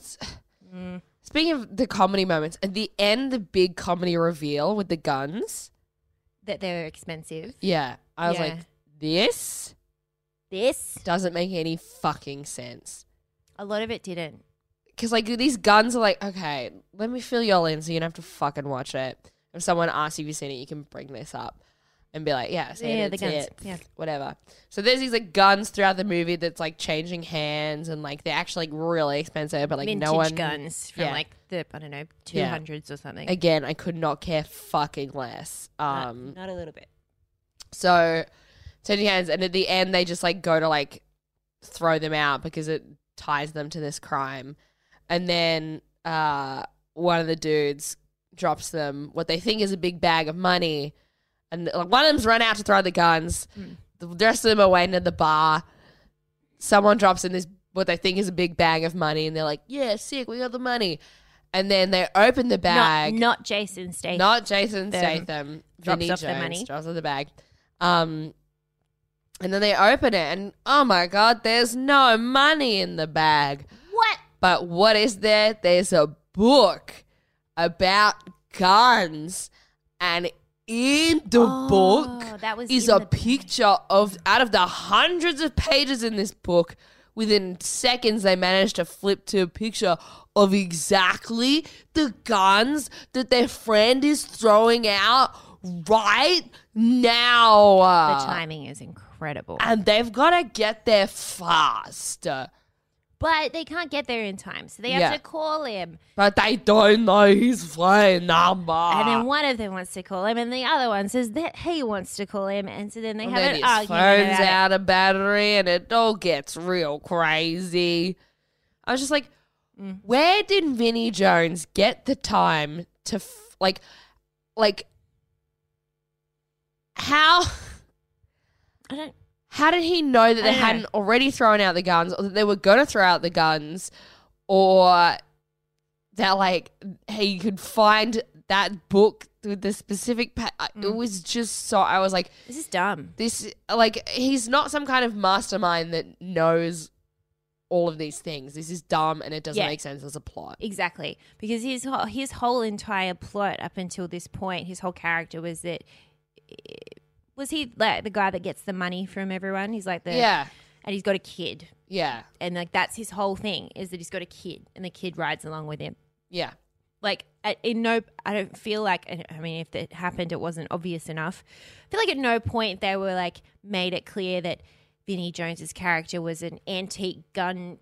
Speaker 2: Mm.
Speaker 1: it's. Speaking of the comedy moments, at the end, the big comedy reveal with the guns.
Speaker 2: That they were expensive.
Speaker 1: Yeah, I was
Speaker 2: Yeah.
Speaker 1: like, this
Speaker 2: This,
Speaker 1: doesn't make any fucking sense.
Speaker 2: a lot of it didn't.
Speaker 1: Because like these guns are like, okay, let me fill y'all in so you don't have to fucking watch it. If someone asks you if you've seen it, you can bring this up and be like, yeah, see
Speaker 2: Yeah,
Speaker 1: it,
Speaker 2: the
Speaker 1: it's
Speaker 2: guns,
Speaker 1: it,
Speaker 2: yeah.
Speaker 1: whatever. So there's these like guns throughout the movie that's like changing hands and like they're actually like really expensive, but like
Speaker 2: Vintage
Speaker 1: no one
Speaker 2: guns from
Speaker 1: yeah.
Speaker 2: like the, I don't know,
Speaker 1: Yeah.
Speaker 2: 200s or something. Uh,
Speaker 1: Again, I could not care fucking less.
Speaker 2: Not-
Speaker 1: Um,
Speaker 2: not a little bit.
Speaker 1: So changing hands, and at the end they just like go to like throw them out because it ties them to this crime. And then uh, one of the dudes drops them what they think is a big bag of money, and like, one of them's run out to throw the guns. The rest of them are waiting at the bar. Someone drops in this what they think is a big bag of money, and they're like, "Yeah, sick, we got the money." And then they open the
Speaker 2: Not,
Speaker 1: bag.
Speaker 2: not Jason Statham.
Speaker 1: Not Jason
Speaker 2: them
Speaker 1: Statham.
Speaker 2: drops
Speaker 1: Vinny
Speaker 2: off their
Speaker 1: Jones
Speaker 2: money.
Speaker 1: Drops off the bag. Um, and then they open it, and oh my god, there's no money in the bag.
Speaker 2: what?
Speaker 1: But what is there? There's a book about guns, and in the
Speaker 2: Oh,
Speaker 1: book
Speaker 2: that was
Speaker 1: is
Speaker 2: in
Speaker 1: a
Speaker 2: the book.
Speaker 1: picture of out of the hundreds of pages in this book. Within seconds, they managed to flip to a picture of exactly the guns that their friend is throwing out right now.
Speaker 2: The timing is incredible.
Speaker 1: And they've got to get there fast.
Speaker 2: But they can't get there in time, so they have
Speaker 1: Yeah.
Speaker 2: to call him.
Speaker 1: But they don't know his phone number.
Speaker 2: and then one of them wants to call him, and the other one says that he wants to call him, and so then they
Speaker 1: And
Speaker 2: have
Speaker 1: then
Speaker 2: an
Speaker 1: his
Speaker 2: argument
Speaker 1: phone's
Speaker 2: about it.
Speaker 1: out of battery and it all gets real crazy. I was just like,
Speaker 2: Mm.
Speaker 1: where did Vinnie Jones get the time to, f- like, like, how,
Speaker 2: I don't.
Speaker 1: how did he know that
Speaker 2: I
Speaker 1: they
Speaker 2: don't know.
Speaker 1: hadn't already thrown out the guns or that they were going to throw out the guns or that, like, he could find that book with the specific, pa- I-
Speaker 2: Mm.
Speaker 1: it was just so, I was like,
Speaker 2: This is dumb.
Speaker 1: this like he's not some kind of mastermind that knows all of these things. This is dumb and it doesn't
Speaker 2: Yeah.
Speaker 1: make sense as a plot.
Speaker 2: Exactly, because his whole, his whole entire plot up until this point, his whole character was that eh, was he like the guy that gets the money from everyone? He's like the
Speaker 1: Yeah.
Speaker 2: and he's got a kid,
Speaker 1: Yeah.
Speaker 2: and like that's his whole thing is that he's got a kid, and the kid rides along with him.
Speaker 1: Yeah.
Speaker 2: like at, in no i don't feel like i mean if it happened it wasn't obvious enough i feel like at no point they were like made it clear that vinnie jones's character was an antique gun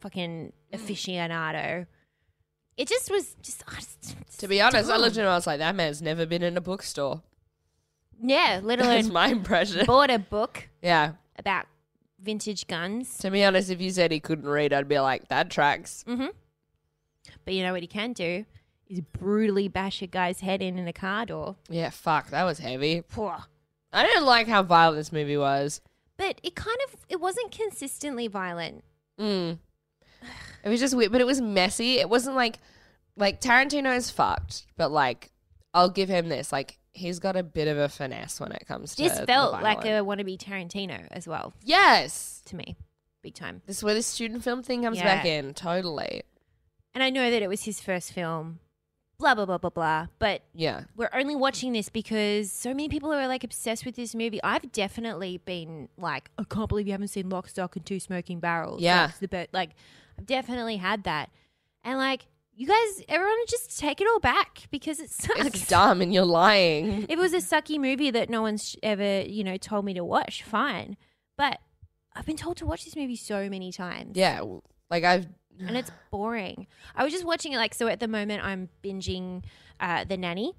Speaker 2: fucking
Speaker 1: Mm.
Speaker 2: aficionado it just was just, I just-
Speaker 1: To be honest, I
Speaker 2: dumb.
Speaker 1: looked at him and I was like, that man's never been in a bookstore.
Speaker 2: yeah let
Speaker 1: That's
Speaker 2: alone
Speaker 1: my impression.
Speaker 2: bought a book
Speaker 1: Yeah.
Speaker 2: about vintage guns
Speaker 1: To be honest, if you said he couldn't read, I'd be like, that tracks.
Speaker 2: Mm. but you know what he can do is brutally bash a guy's head in in a car door
Speaker 1: Yeah, fuck, that was heavy.
Speaker 2: Pwah.
Speaker 1: I didn't like how violent this movie was.
Speaker 2: but it kind of it wasn't consistently violent
Speaker 1: Mm. It was just weird, but it was messy. It wasn't like like Tarantino is fucked, but like I'll give him this. Like he's got a bit of a finesse when it comes to
Speaker 2: This
Speaker 1: the
Speaker 2: felt like
Speaker 1: violence.
Speaker 2: a wannabe Tarantino as well
Speaker 1: yes.
Speaker 2: to me, big time.
Speaker 1: This is where the student film thing comes
Speaker 2: Yeah.
Speaker 1: back in. Totally.
Speaker 2: And I know that it was his first film, blah blah blah blah blah. But
Speaker 1: Yeah.
Speaker 2: we're only watching this because so many people are like obsessed with this movie. I've definitely been like, I can't believe you haven't seen Lock, Stock, and Two Smoking Barrels.
Speaker 1: Yeah.
Speaker 2: That's the best. Like, I've definitely had that. And like, you guys, everyone, just take it all back because it sucks.
Speaker 1: It's dumb and you're lying.
Speaker 2: If it was a sucky movie that no one's ever, you know, told me to watch, fine. But I've been told to watch this movie so many times.
Speaker 1: Yeah. w- Like I've
Speaker 2: And it's boring. I was just watching it like so at the moment I'm binging uh The Nanny.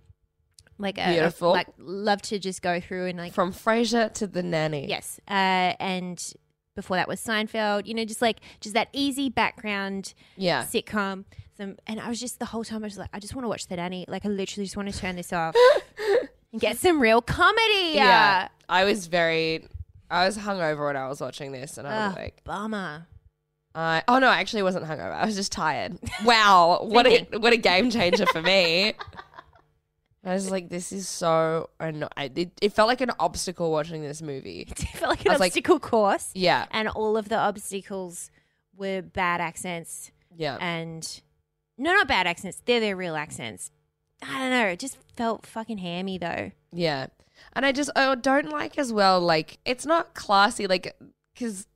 Speaker 2: Like a,
Speaker 1: Beautiful.
Speaker 2: like love to just go through and like
Speaker 1: from Frasier to the nanny.
Speaker 2: Yes. Uh and before that was Seinfeld, you know, just like just that easy background
Speaker 1: Yeah.
Speaker 2: sitcom. Some, and I was just the whole time I was like, I just want to watch the nanny. Like I literally just want to turn this off and get some real comedy.
Speaker 1: I was very I was hungover when I was watching this, and I was
Speaker 2: Ugh,
Speaker 1: like,
Speaker 2: Ah, bummer.
Speaker 1: I oh no, I actually wasn't hungover. I was just tired. Wow, what a what a game changer for me. I was like, this is so. Anno- I, it, it felt like an obstacle watching this movie.
Speaker 2: It felt like an
Speaker 1: I was like-
Speaker 2: obstacle course.
Speaker 1: Yeah,
Speaker 2: And all of the obstacles were bad accents
Speaker 1: yeah.
Speaker 2: and no, not bad accents. They're their real accents. I don't know. It just felt fucking hammy though.
Speaker 1: Yeah. And I just I don't like as well like it's not classy like cuz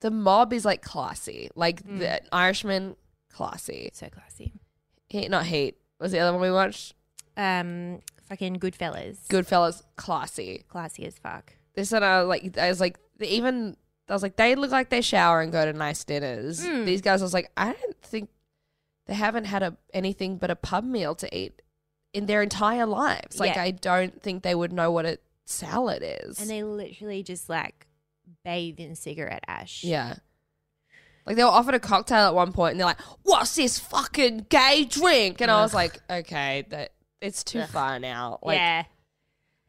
Speaker 1: the mob is like classy. Like the Irishman classy.
Speaker 2: So classy.
Speaker 1: Heat not heat. Was the other one we watched?
Speaker 2: Um, fucking Goodfellas.
Speaker 1: Goodfellas classy.
Speaker 2: Classy as fuck.
Speaker 1: This one I was uh, like I was like even I was like they look like they shower and go to nice dinners.
Speaker 2: Hmm.
Speaker 1: These guys I was like I don't think they haven't had a anything but a pub meal to eat in their entire lives. Like
Speaker 2: Yeah.
Speaker 1: I don't think they would know what a salad is.
Speaker 2: And they literally just like bathe in cigarette ash.
Speaker 1: Yeah. Like they were offered a cocktail at one point and they're like, What's this fucking gay drink? And I was like, Okay, that it's too far now. Like
Speaker 2: yeah.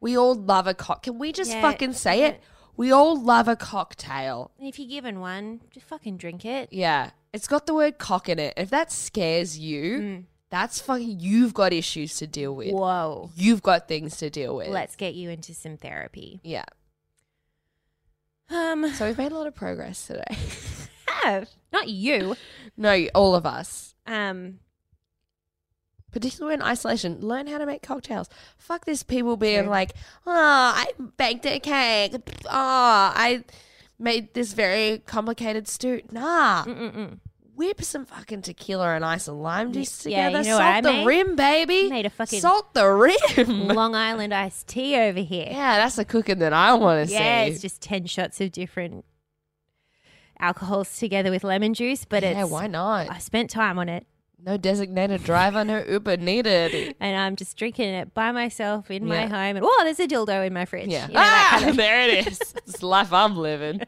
Speaker 1: we all love a cock can we just
Speaker 2: Yeah,
Speaker 1: fucking say
Speaker 2: yeah.
Speaker 1: it? We all love a cocktail.
Speaker 2: And if you're given one, just fucking drink it.
Speaker 1: Yeah. It's got the word cock in it. If that scares you, that's fucking you've got issues to deal with.
Speaker 2: Mm. Whoa.
Speaker 1: You've got things to deal with.
Speaker 2: Let's get you into some therapy.
Speaker 1: yeah.
Speaker 2: Um,
Speaker 1: So we've made a lot of progress today.
Speaker 2: have not you.
Speaker 1: no, all of us.
Speaker 2: Um,
Speaker 1: particularly in isolation, learn how to make cocktails. Fuck this people being like, oh, I baked a cake. Oh, I made this very complicated stew. Nah. Whip some fucking tequila and ice and lime juice
Speaker 2: yeah, you
Speaker 1: together.
Speaker 2: know what I
Speaker 1: Salt the
Speaker 2: made?
Speaker 1: rim, baby.
Speaker 2: Made a fucking-
Speaker 1: Salt the rim.
Speaker 2: Long Island iced tea over here.
Speaker 1: yeah, that's the cooking that I want to
Speaker 2: Yeah,
Speaker 1: see.
Speaker 2: it's just ten shots of different alcohols together with lemon juice, but
Speaker 1: yeah,
Speaker 2: it's
Speaker 1: why not?
Speaker 2: I spent time on it,
Speaker 1: No designated driver, no Uber needed.
Speaker 2: and I'm just drinking it by myself in my
Speaker 1: Yeah.
Speaker 2: home. And whoa, there's a dildo in my fridge.
Speaker 1: Yeah. Ah,
Speaker 2: You know, that kind of-
Speaker 1: there it is. it's the life I'm living.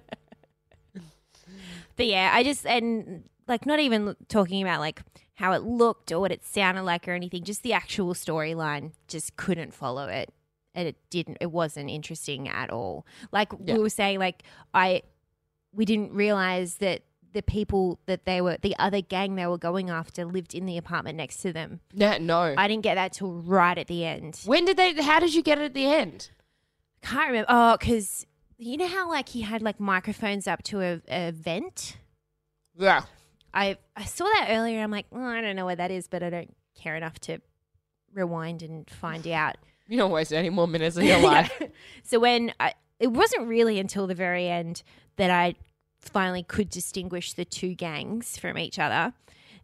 Speaker 2: But yeah, I just and like not even l- talking about like how it looked or what it sounded like or anything. Just the actual storyline, just couldn't follow it, and it didn't. It wasn't interesting at all. Like
Speaker 1: Yeah.
Speaker 2: we were saying, like I, we didn't realize that the people that they were, the other gang they were going after, lived in the apartment next to them.
Speaker 1: Yeah, no.
Speaker 2: I didn't get that till right at the end.
Speaker 1: when did they, how did you get it at the end?
Speaker 2: Can't remember. Oh, because you know how like he had like microphones up to a, a vent.
Speaker 1: Yeah.
Speaker 2: I I saw that earlier. I'm like, "Oh, I don't know what that is, but I don't care enough to rewind and find out.
Speaker 1: You don't waste any more minutes of your life.
Speaker 2: So when I, it wasn't really until the very end that I finally could distinguish the two gangs from each other.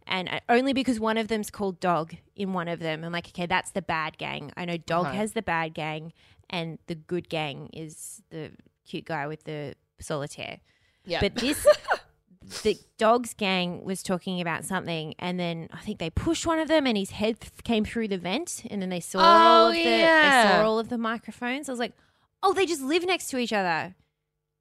Speaker 2: And I, only because one of them's called Dog in one of them, I'm like, okay, that's the bad gang. I know Dog has the bad gang, and the good gang is the cute guy with the solitaire.
Speaker 1: Yeah.
Speaker 2: But this, the dog's gang was talking about something, and then I think they pushed one of them, and his head th- came through the vent, and then they saw all
Speaker 1: Oh,
Speaker 2: of the they
Speaker 1: yeah.
Speaker 2: saw all of the microphones. I was like, oh, they just live next to each other.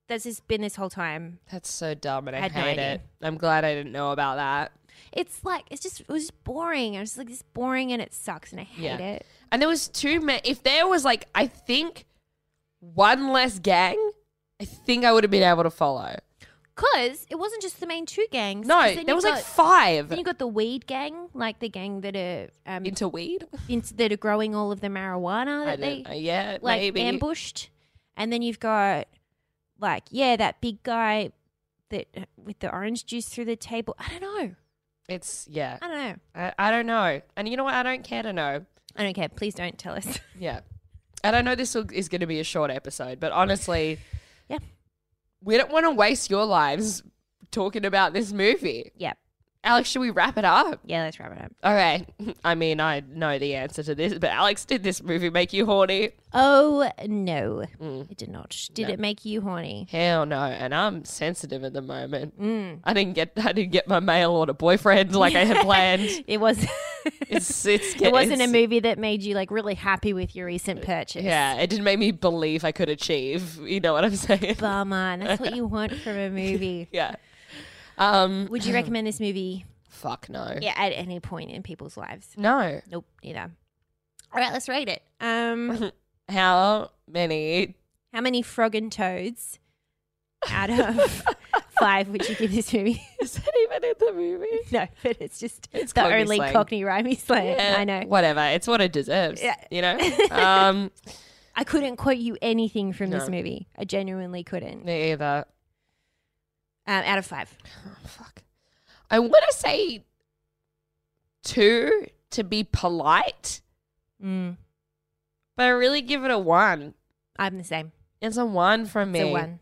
Speaker 2: That's just been this whole time.
Speaker 1: That's so dumb, and I
Speaker 2: Had no
Speaker 1: hate
Speaker 2: idea.
Speaker 1: it. I'm glad I didn't know about that.
Speaker 2: It's like it's just it was just boring. I was just like, this is boring, and it sucks, and I hate
Speaker 1: Yeah.
Speaker 2: it.
Speaker 1: And there was too many. If there was like, I think one less gang, I think I would have been able to follow.
Speaker 2: Cause it wasn't just the main two gangs.
Speaker 1: No,
Speaker 2: 'cause then
Speaker 1: there
Speaker 2: you
Speaker 1: was
Speaker 2: got-
Speaker 1: like five
Speaker 2: Then you got the weed gang, like the gang that are um,
Speaker 1: into weed.
Speaker 2: into, that are growing all of the marijuana
Speaker 1: I
Speaker 2: that they
Speaker 1: don't know. Yeah,
Speaker 2: like
Speaker 1: maybe.
Speaker 2: ambushed, and then you've got like yeah that big guy that with the orange juice through the table. I don't know.
Speaker 1: it's yeah.
Speaker 2: I don't know.
Speaker 1: I, I don't know. And you know what? I don't care to know.
Speaker 2: I don't care. Please don't tell us.
Speaker 1: Yeah. And I know this will, is going to be a short episode, but honestly,
Speaker 2: Yeah.
Speaker 1: we don't want to waste your lives talking about this movie.
Speaker 2: yep.
Speaker 1: Alex, should we wrap it up?
Speaker 2: Yeah, let's wrap it up.
Speaker 1: All right. I mean, I know the answer to this, but Alex, did this movie make you horny?
Speaker 2: Oh no, it did not. Did it make you horny?
Speaker 1: Hell no. And I'm sensitive at the moment. I didn't get I didn't get my mail order boyfriend like I had planned.
Speaker 2: It was.
Speaker 1: It's it's
Speaker 2: it wasn't a
Speaker 1: it's-
Speaker 2: movie that made you like really happy with your recent purchase.
Speaker 1: Yeah, it didn't make me believe I could achieve. You know what I'm saying?
Speaker 2: Bummer. And that's what you want from a movie.
Speaker 1: yeah. Um
Speaker 2: Would you recommend this movie?
Speaker 1: fuck no.
Speaker 2: Yeah, at any point in people's lives.
Speaker 1: No.
Speaker 2: Nope, neither. All right, let's rate it. Um,
Speaker 1: How many
Speaker 2: how many frog and toads out of five would you give this movie?
Speaker 1: Is that even in the movie?
Speaker 2: no, but it's just
Speaker 1: It's
Speaker 2: the
Speaker 1: Cockney
Speaker 2: only
Speaker 1: slang.
Speaker 2: Cockney rhymey slang. I know.
Speaker 1: Whatever. It's what it deserves.
Speaker 2: Yeah.
Speaker 1: You know? Um,
Speaker 2: I couldn't quote you anything from this
Speaker 1: No.
Speaker 2: movie. I genuinely couldn't.
Speaker 1: me either. Oh,
Speaker 2: Um, out of five.
Speaker 1: Fuck. I want to say two to be polite,
Speaker 2: Mm,
Speaker 1: but I really give it a one.
Speaker 2: I'm the same.
Speaker 1: It's a one from me.
Speaker 2: It's a one.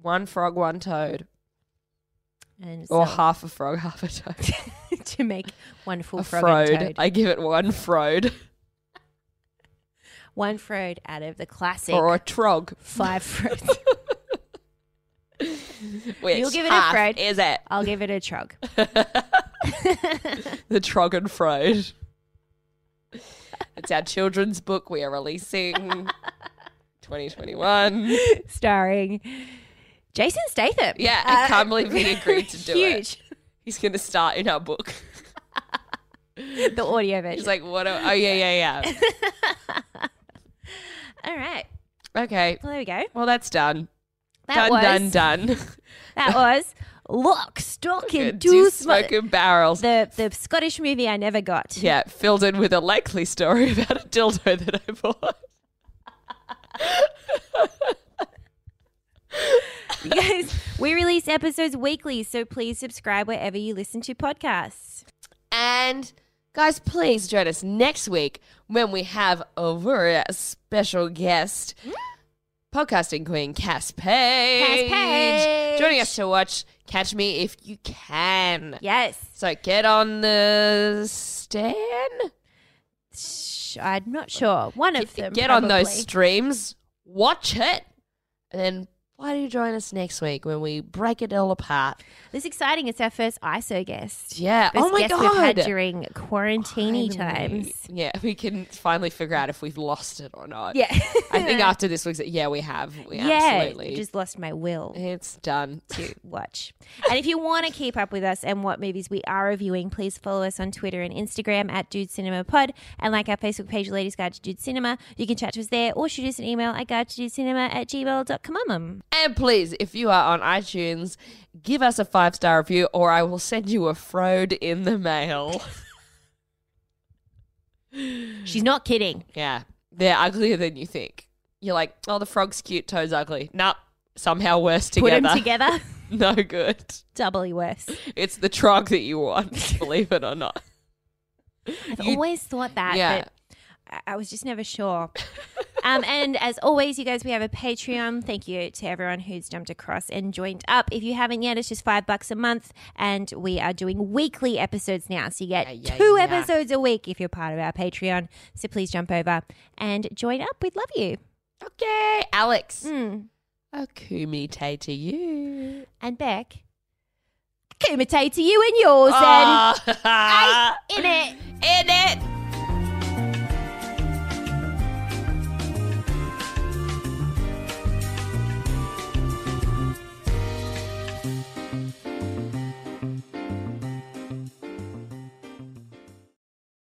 Speaker 1: One frog, one toad.
Speaker 2: And
Speaker 1: Or
Speaker 2: so-
Speaker 1: half a frog, half a toad.
Speaker 2: to make one full
Speaker 1: a
Speaker 2: frog and
Speaker 1: frode.
Speaker 2: toad.
Speaker 1: I give it one frode.
Speaker 2: one frode out of the classic
Speaker 1: Or a trog.
Speaker 2: five frodes.
Speaker 1: Which
Speaker 2: You'll give it a
Speaker 1: half
Speaker 2: frode.
Speaker 1: Is it?
Speaker 2: I'll give it a trog.
Speaker 1: The Trog and Frode. it's our children's book we are releasing 2021.
Speaker 2: Starring Jason Statham. Uh,
Speaker 1: Yeah, I can't believe he agreed to do it.
Speaker 2: huge.
Speaker 1: He's going to start in our book.
Speaker 2: The audio version.
Speaker 1: He's like, what? Am- oh, yeah, yeah,
Speaker 2: All right.
Speaker 1: yeah. Okay.
Speaker 2: Well, there we go.
Speaker 1: Well, that's done.
Speaker 2: That
Speaker 1: done,
Speaker 2: was
Speaker 1: done, done.
Speaker 2: that was Lock, Stock, and
Speaker 1: Two
Speaker 2: Two Smoke.
Speaker 1: smoking barrels.
Speaker 2: The the Scottish movie I never got.
Speaker 1: yeah, filled in with a likely story about a dildo that I bought.
Speaker 2: You guys, we release episodes weekly, so please subscribe wherever you listen to podcasts.
Speaker 1: And guys, please join us next week when we have a very special guest, podcasting queen Cass Page.
Speaker 2: Cass Page.
Speaker 1: Joining us to watch Catch Me If You Can.
Speaker 2: Yes.
Speaker 1: So get on the stand.
Speaker 2: Sh- I'm not sure. One of them.
Speaker 1: get on those
Speaker 2: um, probably.
Speaker 1: streams. Watch it. And then why do you join us next week when we break it all apart?
Speaker 2: This is exciting. It's our first ISO guest.
Speaker 1: Yeah.
Speaker 2: First
Speaker 1: oh my
Speaker 2: guest
Speaker 1: god.
Speaker 2: We've had during
Speaker 1: Finally.
Speaker 2: quarantine times.
Speaker 1: Yeah, we can finally figure out if we've lost it or not.
Speaker 2: Yeah.
Speaker 1: I think after this week's, yeah, we have. We absolutely.
Speaker 2: Just lost my will.
Speaker 1: it's done.
Speaker 2: to watch. And if you want to keep up with us and what movies we are reviewing, please follow us on Twitter and Instagram at Dude Cinema Pod and like our Facebook page, Ladies Guide to Dude Cinema. You can chat to us there or shoot us an email at guide to dude cinema at gmail.com.
Speaker 1: And please, if you are on iTunes, give us a five star review or I will send you a frode in the mail.
Speaker 2: She's not kidding.
Speaker 1: yeah, they're uglier than you think. You're like, oh, the frog's cute, toe's ugly. Nah, somehow worse
Speaker 2: Put
Speaker 1: together.
Speaker 2: them together,
Speaker 1: no good.
Speaker 2: doubly worse.
Speaker 1: It's the trog that you want, believe it or not.
Speaker 2: I've always thought that,
Speaker 1: Yeah.
Speaker 2: but I, I was just never sure. um, and as always, you guys, we have a Patreon. Thank you to everyone who's jumped across and joined up. If you haven't yet, it's just five bucks a month, and we are doing weekly episodes now. So you get
Speaker 1: Yeah, yeah,
Speaker 2: two
Speaker 1: yeah.
Speaker 2: episodes a week if you're part of our Patreon. So please jump over and join up. We'd love you.
Speaker 1: Okay, Alex.
Speaker 2: Mm.
Speaker 1: A kumite to you.
Speaker 2: And Beck, kumite to you and yours, and
Speaker 1: Ah.
Speaker 2: in it.
Speaker 1: in it.